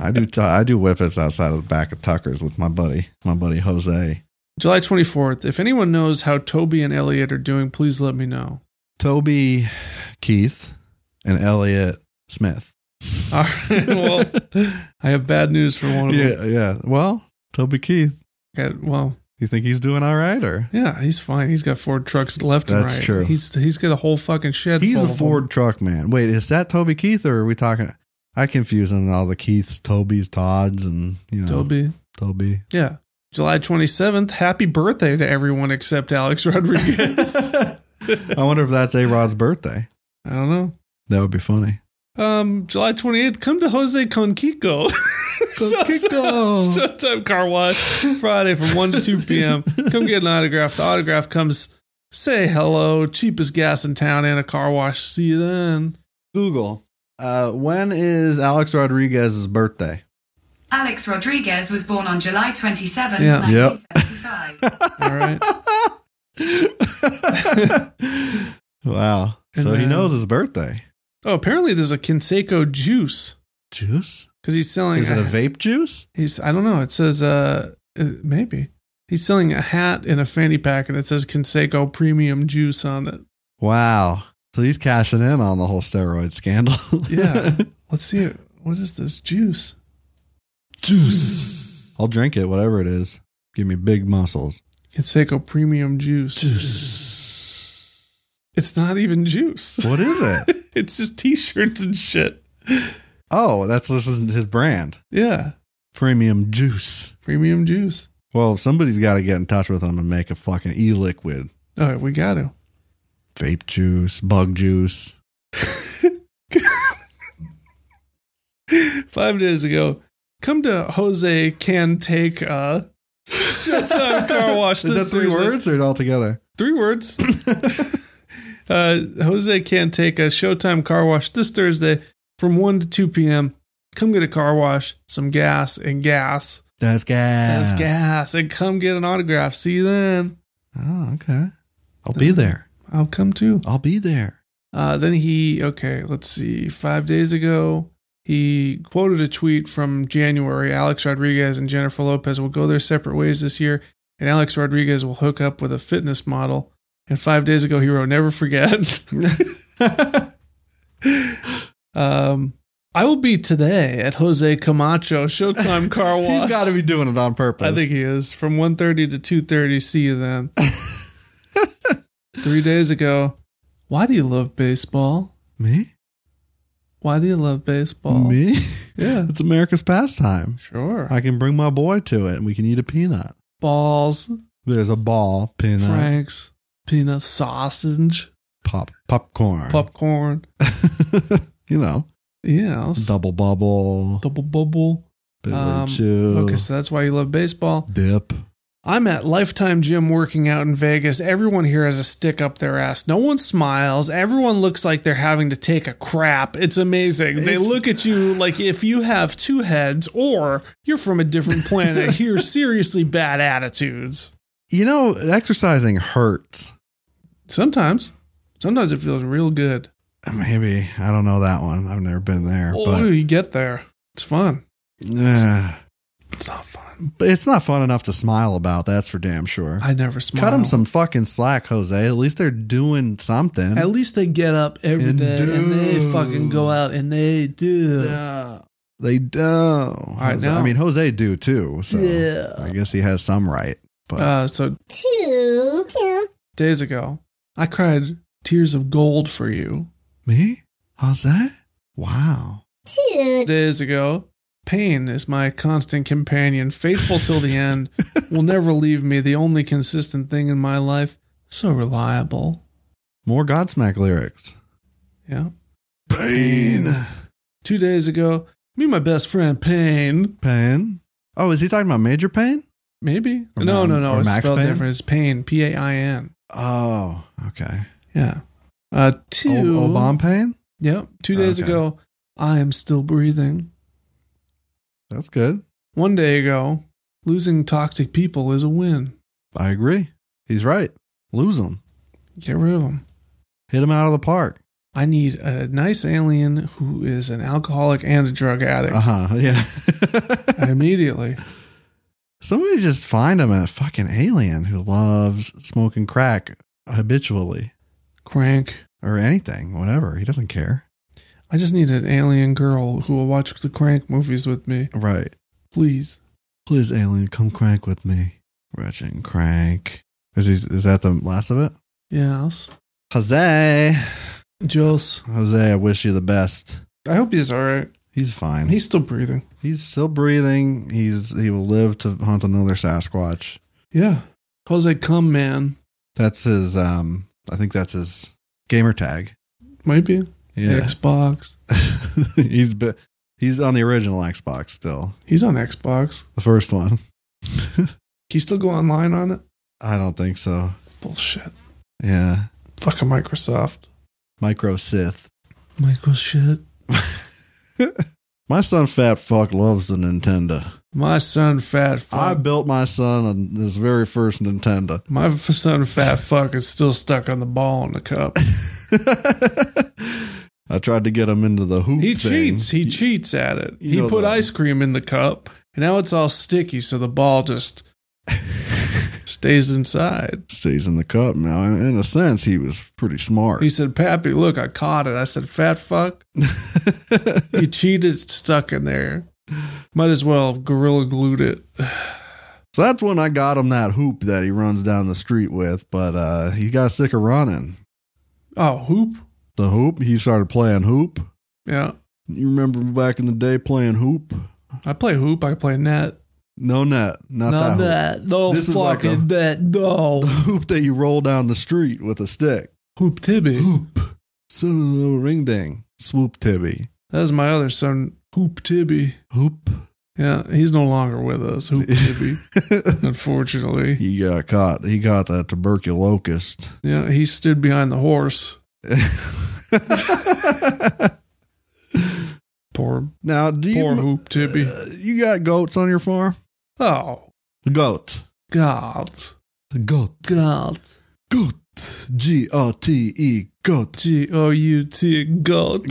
B: I do t- I do whippets outside of the back of Tucker's with my buddy, my buddy Jose.
D: July 24th. If anyone knows how Toby and Elliot are doing, please let me know. <laughs>
B: Toby Keith and Elliot Smith.
D: All right.
B: <laughs>
D: Well, I have bad news for one of them.
B: Yeah, yeah. Well, Toby Keith,
D: Okay, well,
B: you think he's doing all right or?
D: yeah, he's fine. He's got Ford trucks left and right.
B: That's true.
D: He's he's got a whole fucking shed.
B: He's
D: full
B: a
D: of
B: Ford truck man. Wait, is that Toby Keith or are we talking I confuse them with all the Keiths, Tobys, Todds, and you know
D: Toby. <laughs>
B: Toby.
D: Yeah. July 27th. Happy birthday to everyone except Alex <laughs> Rodriguez.
B: I wonder if that's A Rod's birthday.
D: I don't know.
B: That would be funny.
D: Um, July 28th, come to Jose Conquico. <laughs>
B: Conquico.
D: Showtime Car Wash, Friday from 1 to 2 p.m. Come get an autograph. The autograph comes, say hello, cheapest gas in town and a car wash. See you then.
B: Google. Uh, when is Alex Rodriguez's birthday? <laughs>
F: Alex Rodriguez was born on July 27,
D: Yeah.
B: Yep.
F: 1975.
D: All
B: <laughs>
D: right.
B: wow. so
D: And
B: he
D: then-
B: knows his birthday.
D: Oh, apparently there's a Kinseco juice
B: Juice?
D: because he's selling
B: Is it a vape juice?
D: He's I don't know. It says uh, uh maybe he's selling a hat and a fanny pack, and it says Conseco Premium Juice on it.
B: Wow. So he's cashing in on the whole steroid scandal. <laughs>
D: Yeah. Let's see it. What is this juice?
B: juice. I'll drink it, whatever it is. Give me big muscles.
D: Conseco Premium Juice. It's not even juice.
B: What is it?
D: <laughs> it's just T-shirts and shit.
B: <laughs> Oh, that's this is his brand.
D: Yeah,
B: Premium juice.
D: premium juice.
B: Well, somebody's got to get in touch with him and make a fucking e liquid.
D: All right, we got to.
B: Vape juice, bug juice.
D: Five days ago, come to Jose Can Take uh
B: <laughs>
D: Showtime Car Wash.
B: Is
D: this
B: that three
D: Thursday.
B: words or all together?
D: Three words. uh, Jose can take a Showtime car wash this Thursday from 1 to 2 p.m. Come get a car wash, some gas, and gas.
B: That's gas.
D: That's gas. And come get an autograph. See you then.
B: Oh, okay. I'll be there.
D: I'll come too.
B: I'll be there.
D: Uh, then he, okay, let's see. Five days ago, he quoted a tweet from January Alex Rodriguez and Jennifer Lopez will go their separate ways this year, and Alex Rodriguez will hook up with a fitness model. And five days ago, he wrote,
B: <laughs>
D: Never forget. <laughs> um, I will be today at Jose Camacho Showtime Car
B: <laughs>
D: Wash.
B: He's got to be doing it on purpose.
D: I think he is. From 1.30 to 2.30. See
B: <laughs>
D: you then. Three days ago, why do you love baseball?
B: me,
D: Why do you love baseball? <laughs>
B: me.
D: Yeah.
B: It's America's pastime.
D: Sure.
B: I can bring my boy to it, and we can eat a peanut.
D: Balls,
B: There's a ball, peanut,
D: Franks, peanut sausage,
B: pop, popcorn,
D: popcorn.
B: <laughs> you know,
D: Yes.
B: double bubble,
D: Double bubble.
B: bit
D: Um,
B: of chew,
D: okay, so that's why you love baseball.
B: dip.
D: I'm at Lifetime Gym working out in Vegas. Everyone here has a stick up their ass. No one smiles. Everyone looks like they're having to take a crap. It's amazing. they
B: It's-
D: look at you like if you have two heads or you're from a different planet.
B: <laughs>
D: Here, seriously bad attitudes.
B: You know, exercising hurts.
D: Sometimes, sometimes it feels real good.
B: Maybe I don't know that one. I've never been there,
D: Oh,
B: but
D: you get there. It's fun.
B: eh.
D: It's not fun.
B: But it's not fun enough to smile about. That's for damn sure.
D: I never smile.
B: Cut them some fucking slack, Jose. At least they're doing something.
D: At least they get up every
B: And
D: day and
B: do.
D: they fucking go out and they do.
B: Yeah. They do. All
D: uh, right, now-
B: I mean, Jose do too. So
D: Yeah.
B: I guess he has some right. But
D: Uh, so days ago, I cried tears of gold for you.
B: me, Jose, wow.
D: Days ago, pain is my constant companion, faithful till the end, will never leave me, the only consistent thing in my life, so reliable.
B: More Godsmack lyrics.
D: Yeah.
B: Pain,
D: Two days ago, me and my best friend Pain.
B: pain. Oh, is he talking about major pain?
D: Maybe?
B: Or
D: no,
B: Ma-
D: no, no.
B: or
D: It's
B: Max
D: spelled
B: Payne?
D: different. It's Pain. P A I N.
B: Oh, okay.
D: Yeah. Uh, two.
B: Oh, bomb pain.
D: Yep. Two days
B: Okay.
D: ago, I am still breathing.
B: That's good.
D: One day ago, losing toxic people is a win.
B: I agree. He's right. Lose him.
D: Get rid of them.
B: Hit him out of the park.
D: I need a nice alien who is an alcoholic and a drug addict
B: Uh huh. Yeah. <laughs>
D: immediately.
B: Somebody just find him a fucking alien who loves smoking crack habitually.
D: Crank.
B: or anything, whatever. He doesn't care.
D: I just need an alien girl who will watch the crank movies with me.
B: Right.
D: Please.
B: Please, alien, come crank with me. Ratchet and crank. Is he, is that the last of it?
D: Yes.
B: Jose.
D: Jules.
B: Jose, I wish you the best.
D: I hope he's all right.
B: He's fine.
D: He's still breathing.
B: He's still breathing. He's he will live to hunt another Sasquatch.
D: Yeah. Jose Come Man.
B: That's his um I think that's his gamer tag.
D: Might be.
B: Yeah.
D: Xbox.
B: <laughs> he's be, he's on the original Xbox still.
D: He's on Xbox.
B: The first one.
D: Can you still go online on it?
B: I don't think so.
D: Bullshit.
B: Yeah.
D: Fucking Microsoft.
B: Micro Sith.
D: Microshit.
B: My son Fat Fuck loves the Nintendo.
D: My son fat fuck.
B: I built my son on his very first Nintendo. <laughs>
D: My f- son fat fuck is still stuck on the ball in
B: <laughs>
D: the cup.
B: I tried to get him into the hoop.
D: He
B: thing.
D: cheats. He cheats at it.
B: you
D: He
B: know
D: put
B: that.
D: ice cream in the cup, and now it's all sticky, so the
B: <laughs>
D: ball just stays inside.
B: stays in the cup now. In in a sense, he was pretty smart.
D: He said, "Pappy, look, I caught it." I said,
B: <laughs>
D: "Fat fuck, you cheated. It's stuck in there. Might as well have gorilla glued it."
B: so that's when I got him that hoop that he runs down the street with. But uh, he got sick of running
D: Oh, hoop.
B: the hoop. He started playing hoop.
D: Yeah,
B: You remember back in the day playing hoop?
D: I play hoop. I play net.
B: No net, not that,
D: No
B: This is like a-
D: that.
B: <laughs>
D: No
B: hoop. <laughs> The hoop that you roll down the street with a stick. <laughs>
D: hoop tibby.
B: Hoop. So ring ding. Swoop tibby.
D: That was my other son, Hoop Tibby.
B: Hoop.
D: Yeah, he's no longer with us,
B: <laughs>
D: Hoop Tibby, unfortunately.
B: he got caught. He got that tuberculocust.
D: Yeah, he stood behind the horse. Poor,
B: <laughs> now, do you
D: poor Hoop Tibby.
B: Uh, you got goats on your farm?
D: Oh,
B: Goat.
D: God.
B: Goat.
D: God.
B: Goat. G O T E. Goat.
D: G O U
B: <laughs>
D: T, God.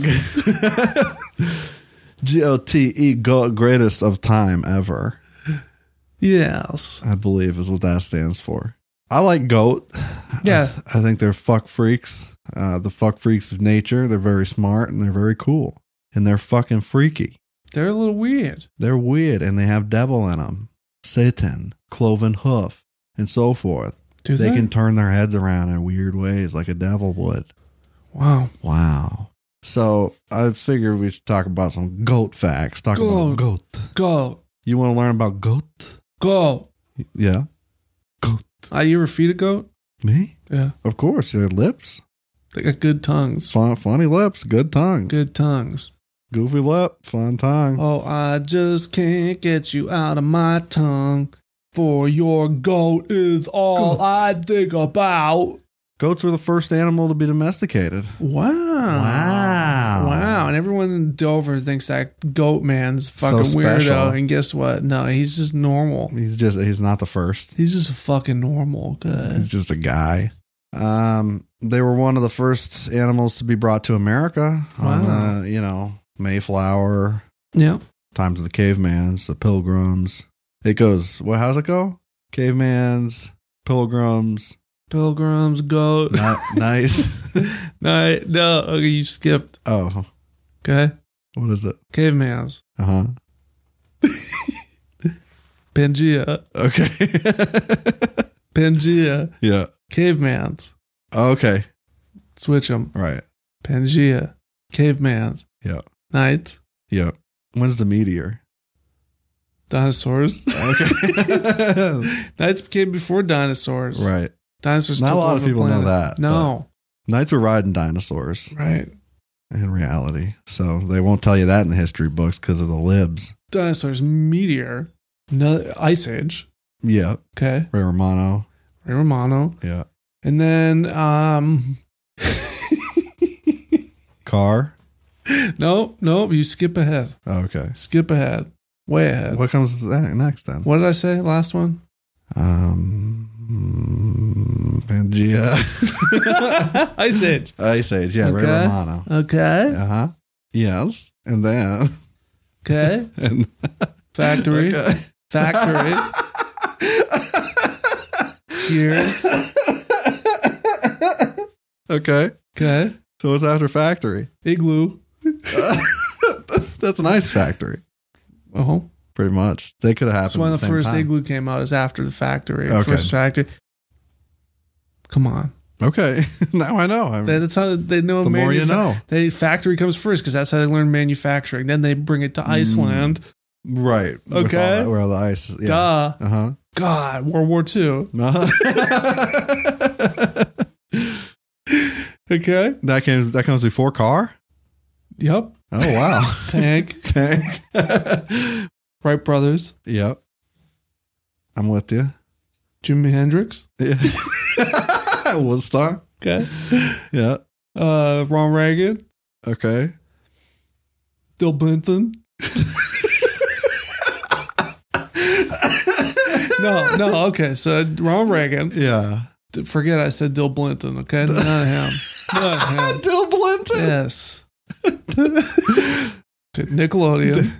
B: G O T E. Goat. Greatest of time ever,
D: Yes.
B: I believe, is what that stands for. I like goat.
D: Yeah.
B: I think they're fuck freaks. Uh, the fuck freaks of nature. They're very smart and they're very cool. And they're fucking freaky.
D: They're a little weird.
B: They're weird and they have devil in them. Satan, cloven hoof, and so forth.
D: Do
B: they
D: they?
B: can turn their heads around in weird ways like a devil would.
D: Wow.
B: Wow. So I figured we should talk about some goat facts. Talk about goat.
D: Go.
B: You want to learn about goat?
D: Go.
B: Yeah. Goat.
D: I Ah, you ever feed a goat?
B: Me?
D: Yeah.
B: Of course. Your lips.
D: They got good tongues.
B: Fun, funny lips. Good tongue.
D: Good tongues.
B: Goofy lip. Fun tongue.
D: Oh, I just can't get you out of my tongue. For your goat is all
B: Goat.
D: I think about.
B: Goats were the first animal to be domesticated.
D: Wow.
B: Wow.
D: Wow. And everyone in Dover thinks that goat man's fucking
B: special.
D: weirdo. And guess what? No, he's just normal.
B: He's just, he's not the first.
D: He's just a fucking normal
B: He's
D: guy.
B: just a guy. Um, they were one of the first animals to be brought to America on
D: Wow.
B: the, you know, Mayflower,
D: Yeah. Yep.
B: Times of the Cavemans, the Pilgrims. It goes, well, how's it go? Cavemans, Pilgrims,
D: Pilgrims, goat.
B: not <laughs> nice.
D: <laughs> no, no. Okay, you skipped.
B: Oh,
D: Okay.
B: what is it?
D: Cavemans.
B: Uh huh.
D: Pangea.
B: Okay. <laughs>
D: Pangea.
B: yeah.
D: Cavemans.
B: Okay.
D: Switch them.
B: Right.
D: Pangea, cavemans,
B: Yeah.
D: knights,
B: Yeah. When's the meteor?
D: dinosaurs. <laughs>
B: Okay.
D: knights came before dinosaurs.
B: right.
D: Dinosaurs.
B: Not a
D: took
B: lot of
D: over the
B: people know
D: planet.
B: that,
D: No.
B: Knights were riding dinosaurs.
D: Right.
B: in reality. So they won't tell you that in the history books because of the libs.
D: Dinosaurs, meteor, no, ice age.
B: Yeah.
D: Okay.
B: Ray Romano.
D: Ray Romano,
B: Yeah.
D: and then um, <laughs>
B: Car.
D: no, no, you skip ahead.
B: Okay.
D: Skip ahead. Way ahead.
B: What comes that next then?
D: What did I say?
B: <laughs>
D: Last one.
B: Um, Pangea. <laughs>
D: Ice age.
B: Ice Age. Yeah. Ray
D: Okay.
B: Romano.
D: Okay.
B: Uh huh. Yes. And then. <laughs>
D: Okay.
B: And,
D: Factory.
B: <laughs> Okay. <laughs>
D: Factory. Years.
B: <laughs> okay.
D: Okay.
B: So it's after factory.
D: Igloo.
B: That's an ice factory.
D: Oh,
B: Pretty much. They could have happened.
D: that's when the,
B: at the, same
D: first
B: time.
D: igloo came out. Is after the factory.
B: Okay.
D: First factory. Come on,
B: Okay, <laughs> now I know. I'm-
D: That- That's how they know.
B: The more you
D: manufa-
B: know.
D: They factory comes first because that's how they learn manufacturing. Then they bring it
B: Mm,
D: to Iceland.
B: right. With all
D: Okay.
B: that- where all the ice. Yeah.
D: Duh.
B: Uh huh.
D: God, World War II.
B: Uh-huh. okay. <laughs> That came. That comes before car.
D: Yep.
B: Oh wow.
D: <laughs> Tank.
B: <laughs> Tank.
D: Wright brothers.
B: yep. I'm with <laughs> you.
D: Jimi Hendrix.
B: Yeah. Woodstock.
D: Okay.
B: Yeah.
D: Uh, Ron Reagan.
B: Okay.
D: Bill Clinton. <laughs> no, no. Okay, so Ronald Reagan.
B: Yeah.
D: D- Forget I said Bill Clinton. Okay, not him. Not <laughs> him.
B: Dill Blinton.
D: Yes. Okay, Nickelodeon.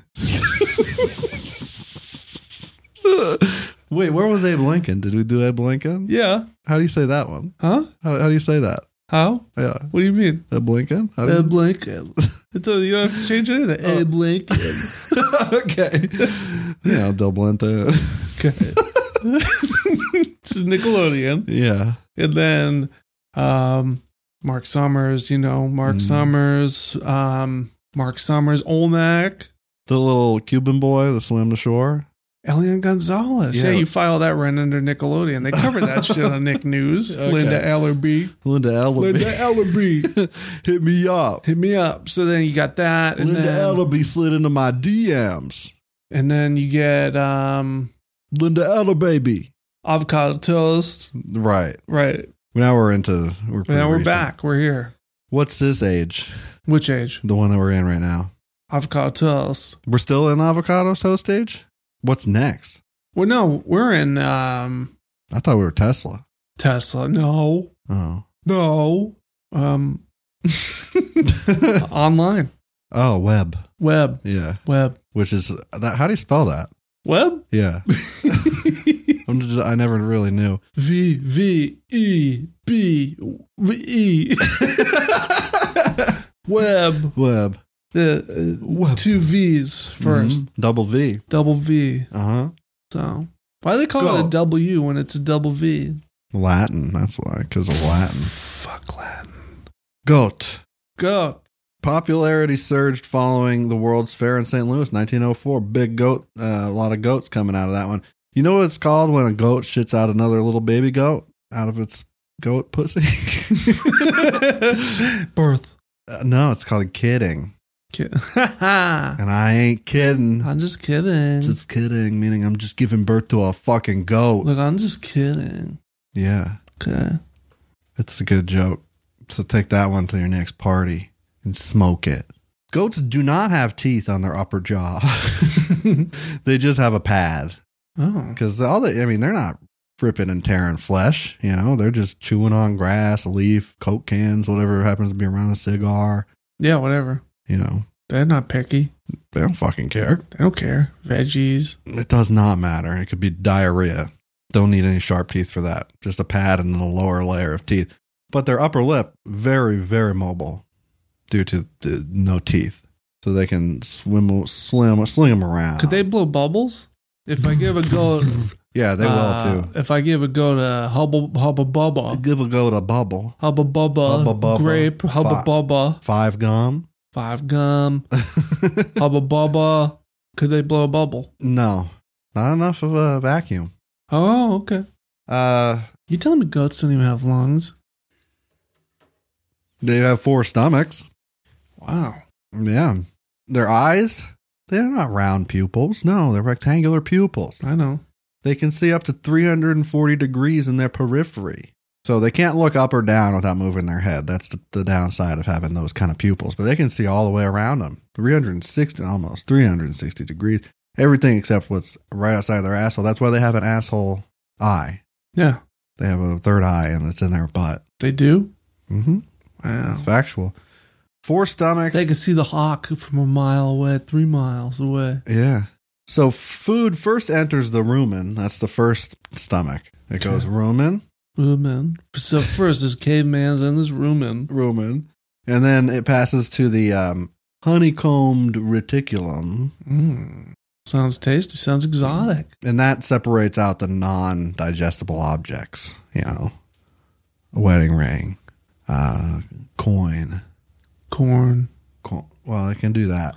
B: <laughs> Wait, where was Abe Lincoln? Did we do Abe Lincoln?
D: Yeah.
B: How do you say that one?
D: Huh?
B: How, how do you say that?
D: How?
B: Yeah.
D: What do you mean?
B: Abe Lincoln? How do you-
D: <laughs>
B: Oh.
D: Lincoln. you don't have to change anything. Abe Lincoln.
B: <laughs> okay. Yeah, Dill Blinton.
D: Oh, Okay. <laughs> it's Nickelodeon.
B: <laughs> yeah.
D: And then um, Mark Summers, you know, Mark
B: Mm.
D: Summers, um, Mark Summers, Olmec,
B: The little Cuban boy that swam the shore.
D: Elian Gonzalez. Yeah.
B: Yeah.
D: you file that rent under Nickelodeon. They cover <laughs> that shit on Nick News.
B: Okay.
D: Linda Ellerby.
B: Linda Ellaby.
D: Linda Ellerby.
B: <laughs> Hit me up.
D: <laughs> Hit me up. So then you got that. And,
B: Linda
D: then,
B: Ellaby slid into my DMs.
D: and then you get um,
B: Linda Ellababy.
D: avocado toast.
B: Right.
D: Right.
B: Now we're into. We're
D: But
B: pretty
D: now we're
B: recent.
D: back. We're here.
B: What's this age?
D: Which age?
B: The one that we're in right now.
D: Avocado toast.
B: We're still in avocado toast age? What's next?
D: Well, no, we're in um,
B: I thought we were Tesla.
D: Tesla. No,
B: Oh.
D: no. Um, <laughs> online,
B: oh, web.
D: web,
B: Yeah.
D: web,
B: Which is that how do you spell that?
D: web.
B: Yeah. I'm just, I never really knew.
D: V V E B V E. <laughs> Web.
B: Web.
D: The uh,
B: Web.
D: two V's 1st
B: Mhm. Double V.
D: double V.
B: Uh-huh.
D: So why do they call it
B: Go.
D: a W when it's a double V?
B: Latin, that's why, because of Latin.
D: Fuck Latin.
B: Goat.
D: Go.
B: Popularity surged following the World's Fair in St. Louis, 1904. Big goat, uh, a lot of goats coming out of that one. You know what it's called when a goat shits out another little baby goat out of its goat pussy? <laughs>
D: Birth.
B: Uh, no, it's called kidding.
D: Kid- <laughs> I'm
B: And I ain't kidding.
D: just kidding.
B: Just kidding, meaning I'm just giving birth to a fucking goat.
D: Look, I'm just kidding.
B: Yeah,
D: Okay.
B: it's a good joke. So take that one to your next party and smoke it. Goats do not have teeth on their upper jaw. <laughs> they just have a pad.
D: Oh.
B: Because all the, I mean, they're not ripping and tearing flesh. You know, they're just chewing on grass, a leaf, coke cans, whatever happens to be around a cigar.
D: Yeah, whatever.
B: You know,
D: They're not picky.
B: they don't fucking care.
D: They don't care. Veggies.
B: It does not matter. It could be diarrhea. Don't need any sharp teeth for that. Just a pad and a lower layer of teeth. But their upper lip, very, very mobile due to the no teeth. So they can swim, slim, sling them around.
D: Could they blow bubbles? If I give a goat,
B: Yeah, <laughs> they will
D: uh,
B: too.
D: If I give a goat a hubba hubba bubba,
B: Give a goat a bubble.
D: hubba bubba,
B: Hubba bubba.
D: grape, hubba
B: Fi-
D: bubba,
B: Five gum. <laughs>
D: five gum, hubba bubba, could they blow a bubble?
B: no, not enough of a vacuum.
D: Oh, okay.
B: Uh,
D: You telling me goats don't even have lungs?
B: they have four stomachs.
D: Wow.
B: Yeah. Their eyes, they're not round pupils. No, they're rectangular pupils.
D: I know.
B: They can see up to 340 degrees in their periphery. So they can't look up or down without moving their head. That's the, the downside of having those kind of pupils. But they can see all the way around them 360, almost 360 degrees. Everything except what's right outside their asshole. That's why they have an asshole eye.
D: Yeah,
B: They have a third eye and it's in their butt.
D: they do.
B: Mm-hmm.
D: Wow.
B: It's factual. Four stomachs.
D: They can see the hawk from a mile away, three miles away.
B: Yeah. So food first enters the rumen. That's the first stomach. It goes rumen,
D: Rumen. So first, this caveman's in this rumen.
B: rumen, and then it passes to the um, honeycombed reticulum,
D: Mm. Sounds tasty. Sounds exotic.
B: and that separates out the non-digestible objects. You know, a wedding ring, uh, coin.
D: Corn.
B: Co- Well, I can do that.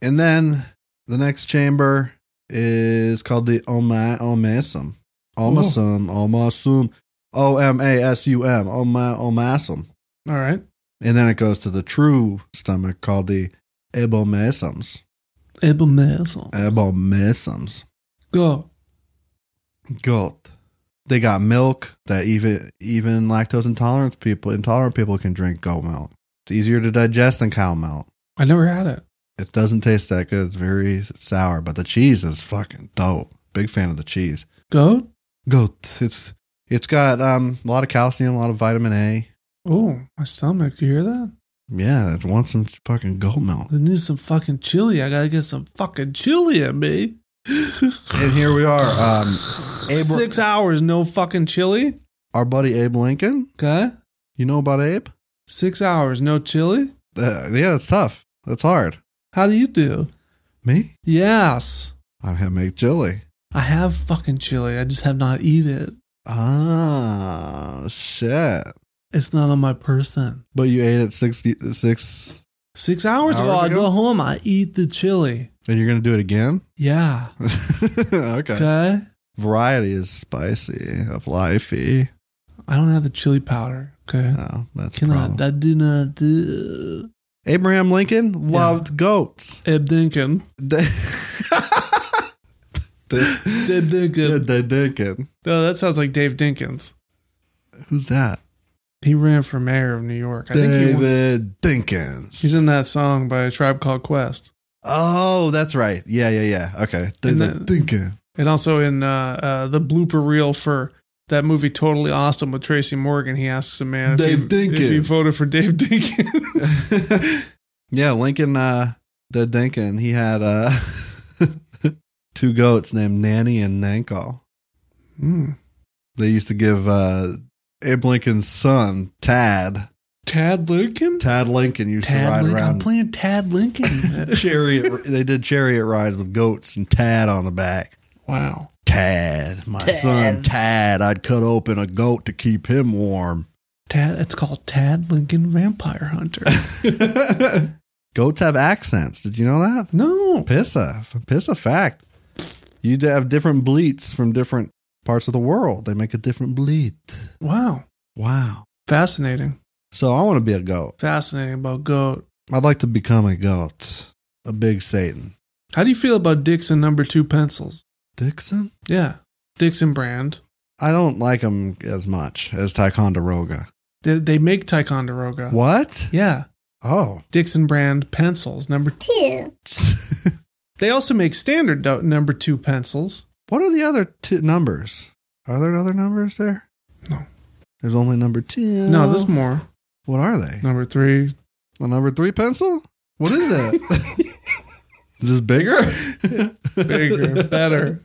B: and then the next chamber is called the Oma Omasum. Omasum, Omasum, O M A S U M, Oma Omasum.
D: All right.
B: And then it goes to the true stomach called the Ebomesums.
D: Ebomesal.
B: Ebomesums.
D: Go.
B: Goat. They got milk that even even lactose intolerant people intolerant people can drink goat milk. It's easier to digest than cow milk.
D: I never had it.
B: It doesn't taste that good. It's very sour, but the cheese is fucking dope. Big fan of the cheese.
D: Goat?
B: Goat. It's it's got um, a lot of calcium, a lot of vitamin A.
D: Oh, my stomach. You hear that?
B: Yeah, I want some fucking goat milk.
D: I need some fucking chili. I gotta get some fucking chili in me.
B: And here we are. Um, Abel,
D: Six hours, no fucking chili.
B: our buddy Abe Lincoln.
D: Okay.
B: You know about Abe?
D: Six hours, no chili.
B: Uh, yeah, it's tough. It's hard.
D: How do you do?
B: Me?
D: Yes.
B: I have make chili.
D: I have fucking chili. I just have not eat it.
B: Ah, shit.
D: It's not on my person.
B: But you ate at 60, 6,
D: Six hours, ago,
B: Hours
D: I
B: ago?
D: go home, I eat the chili.
B: and you're going to do it again? <laughs>
D: Yeah.
B: okay.
D: Okay.
B: Variety is spicy of lifey.
D: I don't have the chili powder. Okay.
B: Oh, that's a problem.
D: Cannot. I do not do.
B: Abraham Lincoln loved goats. <laughs>
D: Eb Dinkin.
B: They- They-
D: Dave Dinkin.
B: they Lincoln.
D: No, that sounds like Dave Dinkins.
B: Who's that?
D: He ran for mayor of New York. I think he won.
B: David Dinkins.
D: he's in that song by a tribe called Quest,
B: Oh, that's right. Yeah, yeah, yeah. Okay.
D: And
B: David Dinkins.
D: and also in uh, uh, the blooper reel for that movie Totally Awesome with Tracy Morgan. He asks a man if,
B: Dave
D: he, if he
B: Dinkins.
D: voted for
B: <laughs>
D: Dave Dinkins.
B: Yeah, Lincoln, uh, the Dinkin, he had uh, <laughs> two goats named Nanny and Nanko.
D: Hmm.
B: They used to give uh, Abe Lincoln's son, Tad,
D: Tad Lincoln.
B: Tad Lincoln used to ride
D: Lincoln. I'm
B: around
D: playing
B: <laughs>
D: Tad Lincoln.
B: chariot. They did chariot rides with goats and Tad on the back.
D: wow.
B: Tad, my son Tad, I'd cut open a goat to keep him warm. <laughs>
D: Tad. It's called Tad Lincoln Vampire Hunter.
B: Goats have accents. Did you know that?
D: no.
B: Piss a piss a fact. You d- have different bleats from different parts of the world. They make a different bleat.
D: Wow.
B: Wow.
D: Fascinating.
B: So I want to be a goat.
D: Fascinating about goat.
B: I'd like to become a goat, a big Satan.
D: How do you feel about Dixon number two pencils?
B: Dixon.
D: Yeah. Dixon brand.
B: I don't like him as much as Ticonderoga.
D: They, they make Ticonderoga.
B: What?
D: Yeah.
B: Oh, <laughs>
D: Dixon brand pencils. Number two. They also make standard do- number two pencils.
B: what are the other two numbers? Are there other numbers there?
D: No.
B: There's only number two.
D: No, there's more.
B: What are they?
D: Number three.
B: A number three pencil? What is that?
D: <laughs>
B: is this bigger?
D: Bigger, better,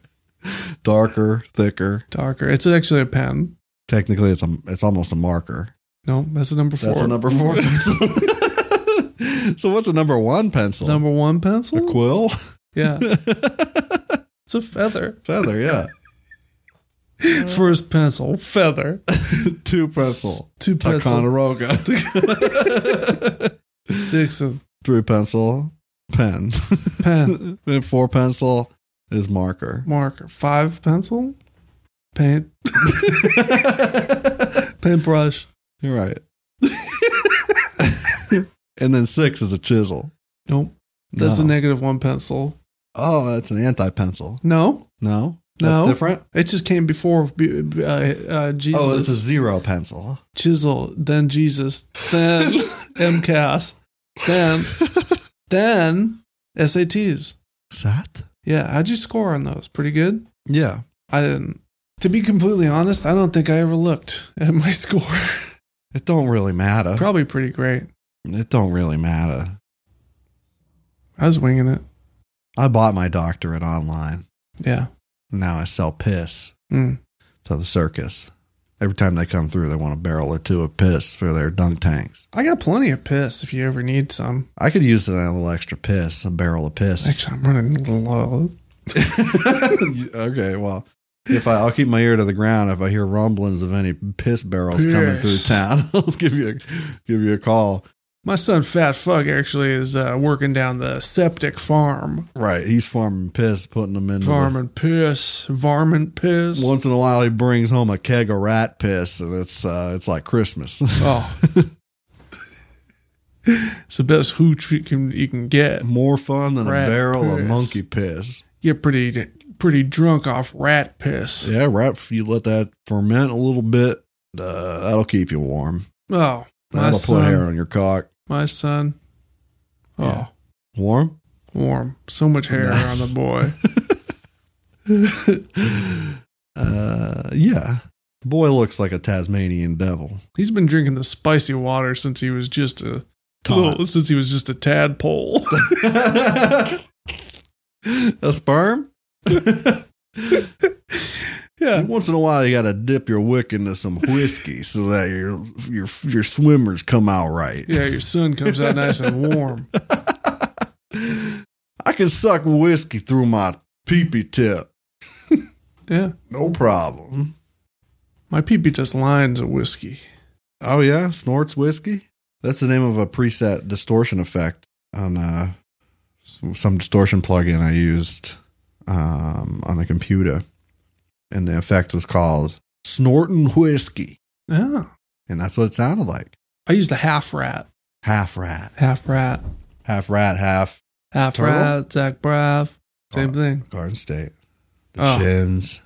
B: Darker, thicker.
D: darker. It's actually a pen.
B: Technically, it's a, it's almost a marker.
D: No, that's a number four.
B: That's a number four pencil. <laughs> so what's a number one pencil?
D: Number one
B: a
D: pencil?
B: quill, <laughs>
D: yeah. it's a feather.
B: feather, yeah.
D: First pencil, feather.
B: Two pencil,
D: Two pencil.
B: Ticonderoga,
D: Dixon.
B: three pencil, pen, <laughs>
D: Pen.
B: and four pencil is
D: <laughs>
B: marker.
D: marker, five pencil, paint, paintbrush.
B: You're right. <laughs> and then six is a chisel.
D: Nope. That's
B: No.
D: the negative one pencil.
B: Oh, that's an anti pencil.
D: No,
B: No,
D: No.
B: that's different.
D: it just came before uh, uh, Jesus.
B: Oh, it's a zero pencil.
D: chisel, then Jesus, then MCAS, then then
B: Is
D: SATs.
B: that?
D: Yeah, how'd you score on those? Pretty good.
B: Yeah.
D: I didn't. To be completely honest, I don't think I ever looked <laughs> at my score.
B: It don't really matter.
D: Probably pretty great.
B: It don't really matter.
D: I was winging it.
B: I bought my doctorate online.
D: Yeah.
B: Now I sell piss
D: Mm.
B: to the circus. Every time they come through, they want a barrel or two of piss for their dunk tanks.
D: I got plenty of piss if you ever need some.
B: I could use a little extra piss, a barrel of piss.
D: Actually, I'm running a little low.
B: <laughs> okay, well, If I, I'll keep my ear to the ground if I hear rumblings of any piss barrels coming through
D: Piss.
B: town, <laughs> I'll give you a, give you a call.
D: My son, Fat Fuck, actually is uh, working down the septic farm.
B: Right, he's farming piss, putting them in.
D: Varmint piss, varmint piss.
B: Once in a while, he brings home a keg of rat piss, and it's uh, it's like Christmas.
D: <laughs> Oh. it's the best hooch you can, you can get.
B: More fun than
D: Rat
B: a barrel of
D: piss.
B: monkey piss.
D: Get pretty pretty drunk off rat piss.
B: Yeah, right. If you let that ferment a little bit, uh, that'll keep you warm.
D: Oh, my
B: That'll put hair
D: son.
B: on your cock.
D: My son. Oh,
B: Yeah. Warm?
D: warm. So much hair on
B: <laughs>
D: the boy.
B: Uh, yeah. The boy looks like a Tasmanian devil. <laughs>
D: He's been drinking the spicy water since he was just a
B: Tot.
D: little- since he was just
B: <laughs>
D: a tadpole. <laughs>
B: a sperm?
D: yeah.
B: Once in a while, you got to dip your wick into some whiskey so that your your your swimmers come out right.
D: Yeah, your son comes out nice and warm.
B: I can suck whiskey through my peepee tip,
D: Yeah.
B: no problem.
D: My peepee does lines of whiskey.
B: Oh yeah, snorts whiskey. That's the name of a preset distortion effect on uh, some, some distortion plugin I used um, on the computer, and the effect was called snorting whiskey,
D: Yeah.
B: and that's what it sounded like.
D: Ah. I used the half rat.
B: Half rat,
D: Half rat.
B: half rat, half
D: Half
B: Turtle?
D: rat, Zach Braff. Same thing.
B: Garden State, the
D: Oh.
B: chins.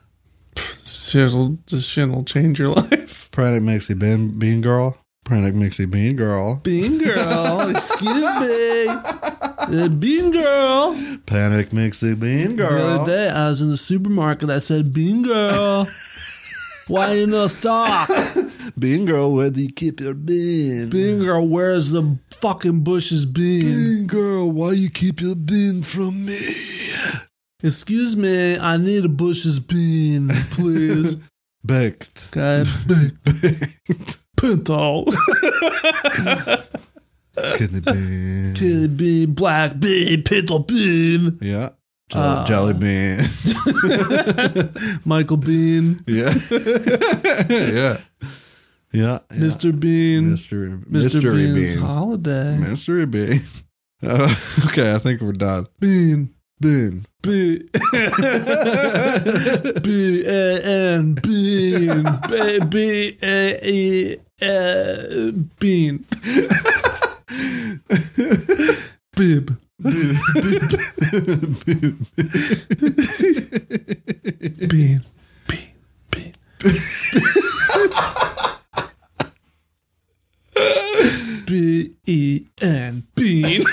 D: Shit'll this shit will change your <laughs> life.
B: Pranic Mixie Bean, Bean Girl. Pranic Mixie Bean Girl.
D: Bean
B: <laughs>
D: girl, excuse me. Uh, bean girl.
B: Panic Mixie Bean Girl.
D: day I was in the supermarket. I said, "Bean girl, why you no stock?
B: Bean Girl, where do you keep your bean?
D: Bean girl, where's the fucking bushes bean?
B: Bean Girl, why you keep your bean from me?
D: Excuse me, I need a bushes bean, please."
B: Baked.
D: Okay,
B: Baked.
D: pinto,
B: <laughs> Kidney bean.
D: Kitty bean, black bean, pinto bean,
B: Yeah. Jelly, jelly bean.
D: Michael bean,
B: <laughs> yeah. <laughs> yeah. Yeah. yeah.
D: Mister bean,
B: Mystery,
D: Mister
B: mystery
D: bean's
B: bean.
D: holiday.
B: Mystery bean. <laughs> Uh, okay, I think we're done.
D: Bean.
B: <laughs> Bean.
D: <laughs> B B A N bean B B A E uh, bean bib bean bean bean. B E N bean.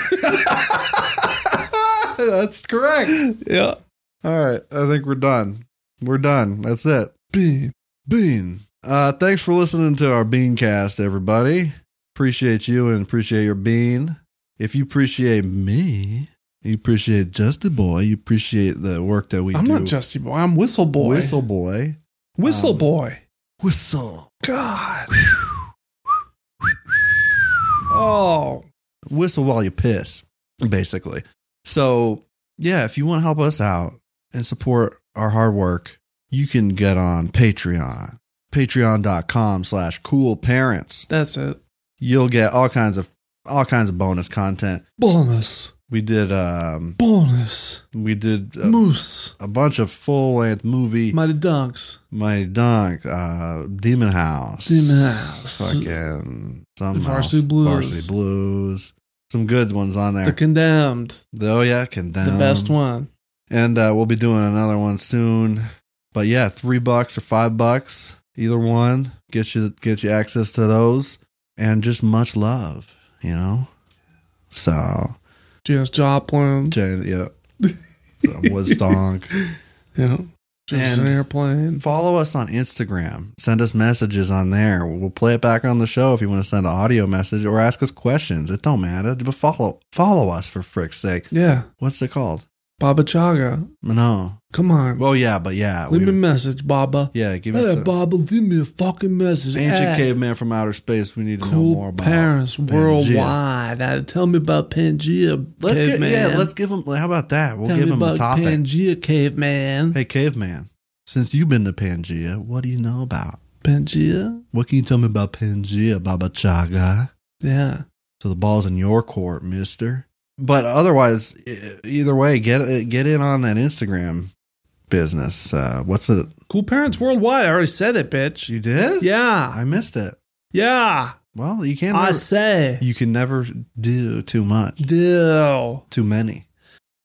B: That's correct.
D: Yeah,
B: All right, I think we're done. We're done. That's it.
D: bean.
B: Bean. Uh, thanks for listening to our Beancast, everybody. Appreciate you and appreciate your bean. If you appreciate me, you appreciate Justy Boy. You appreciate the work that we
D: I'm
B: do.
D: not Justy Boy. I'm Whistle Boy.
B: Whistle Boy.
D: Whistle
B: Um,
D: Boy.
B: Whistle.
D: God. oh.
B: whistle while you piss, basically. So, yeah, if you want to help us out and support our hard work, you can get on Patreon, patreon.com slash cool parents.
D: That's it.
B: You'll get all kinds of all kinds of bonus content.
D: Bonus.
B: We did um
D: Bonus.
B: we did a,
D: Moose.
B: a bunch of full length movie
D: Mighty Dunks.
B: My Dunk, uh Demon House.
D: Demon House.
B: Fucking some
D: Varsity Blues.
B: Varsity Blues. Some good ones on there.
D: The Condemned.
B: oh yeah, condemned.
D: The best one.
B: And uh, we'll be doing another one soon. But yeah, three bucks or five bucks, either one, get you get you access to those, and just much love, you know. So
D: Janis Joplin.
B: Jan- yeah, so, was stonk.
D: yeah. Just an
B: And-
D: airplane.
B: Follow us on Instagram. Send us messages on there. We'll play it back on the show if you want to send an audio message or ask us questions. It don't matter. But follow follow us for frick's sake.
D: Yeah.
B: What's it called?
D: Baba Chaga.
B: No.
D: Come on.
B: Well, yeah, but yeah,
D: leave me a
B: we,
D: message, Baba.
B: yeah. Give us
D: Hey,
B: some-
D: Baba, leave me a fucking message.
B: Ancient
D: Hey.
B: caveman from outer space. We need to know more
D: cool
B: about
D: parents
B: Pangea.
D: worldwide. Uh, tell me about Pangea.
B: Let's get,
D: caveman.
B: yeah, let's give him. How about that? We'll
D: tell
B: give
D: me
B: him
D: about
B: a topic.
D: Pangea caveman.
B: Hey, caveman, Since you've been to Pangea, what do you know about?
D: Pangea?
B: What can you tell me about Pangea, Baba Chaga?
D: Yeah.
B: So the ball's in your court, mister. But otherwise, e- either way, get get in on that Instagram business. Uh, what's it?
D: Cool Parents Worldwide. I already said it, bitch.
B: You did?
D: Yeah.
B: I missed it.
D: Yeah.
B: Well, you can't.
D: I
B: Never,
D: say.
B: you can never do too much,
D: Deal.
B: too many.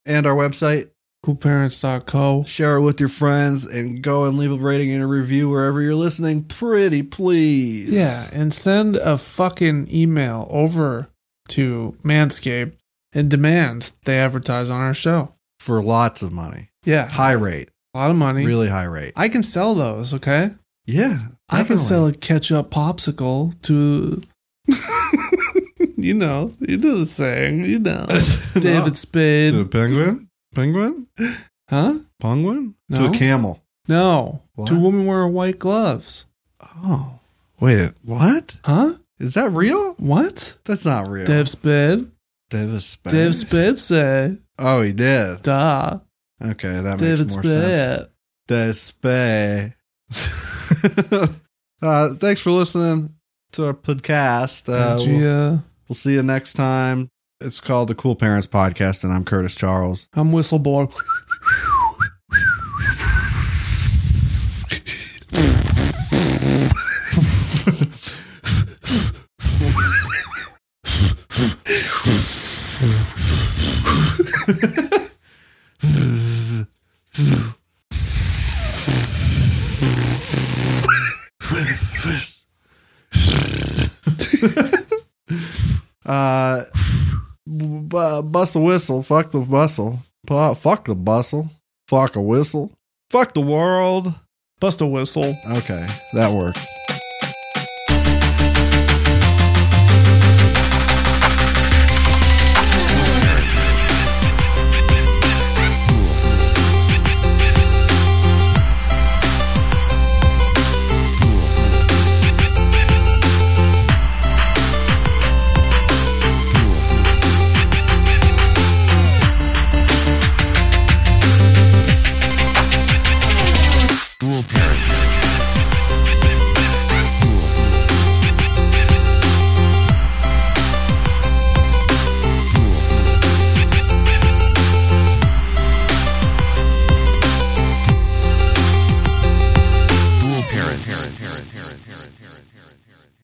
B: And our website,
D: Coolparents.co.
B: share it with your friends, and go and leave a rating and a review wherever you're listening. Pretty please.
D: Yeah. And send a fucking email over to Manscaped and demand they advertise on our show.
B: for lots of money,
D: Yeah.
B: high rate,
D: A lot of money.
B: really high rate.
D: I can sell those, okay?
B: Yeah,
D: I can
B: definitely.
D: sell a ketchup popsicle
B: <laughs>
D: to. you know, you know the saying,
B: <laughs>
D: you know. David Spade.
B: to a penguin, penguin,
D: Huh?
B: penguin, to a
D: No.
B: camel.
D: No.
B: What?
D: To a woman wearing white gloves.
B: Oh, wait, what?
D: Huh?
B: Is that real?
D: What?
B: That's not real.
D: Dev Spid.
B: David Spade.
D: Dev Spid say.
B: Oh, he did.
D: Da.
B: Okay, that
D: David
B: makes more sense.
D: Spid. <laughs>
B: despair. uh, thanks for listening to our podcast. Uh, we'll,
D: Pangea.
B: we'll see you next time. It's called the Cool Parents Podcast, and I'm Curtis Charles.
D: I'm Whistleblower.
B: Uh, b- bu- bust a whistle. Fuck the bustle. Pu- fuck the bustle. Fuck a whistle. Fuck the world.
D: <laughs> Bust a whistle.
B: Okay, that works.
G: Cool Parents.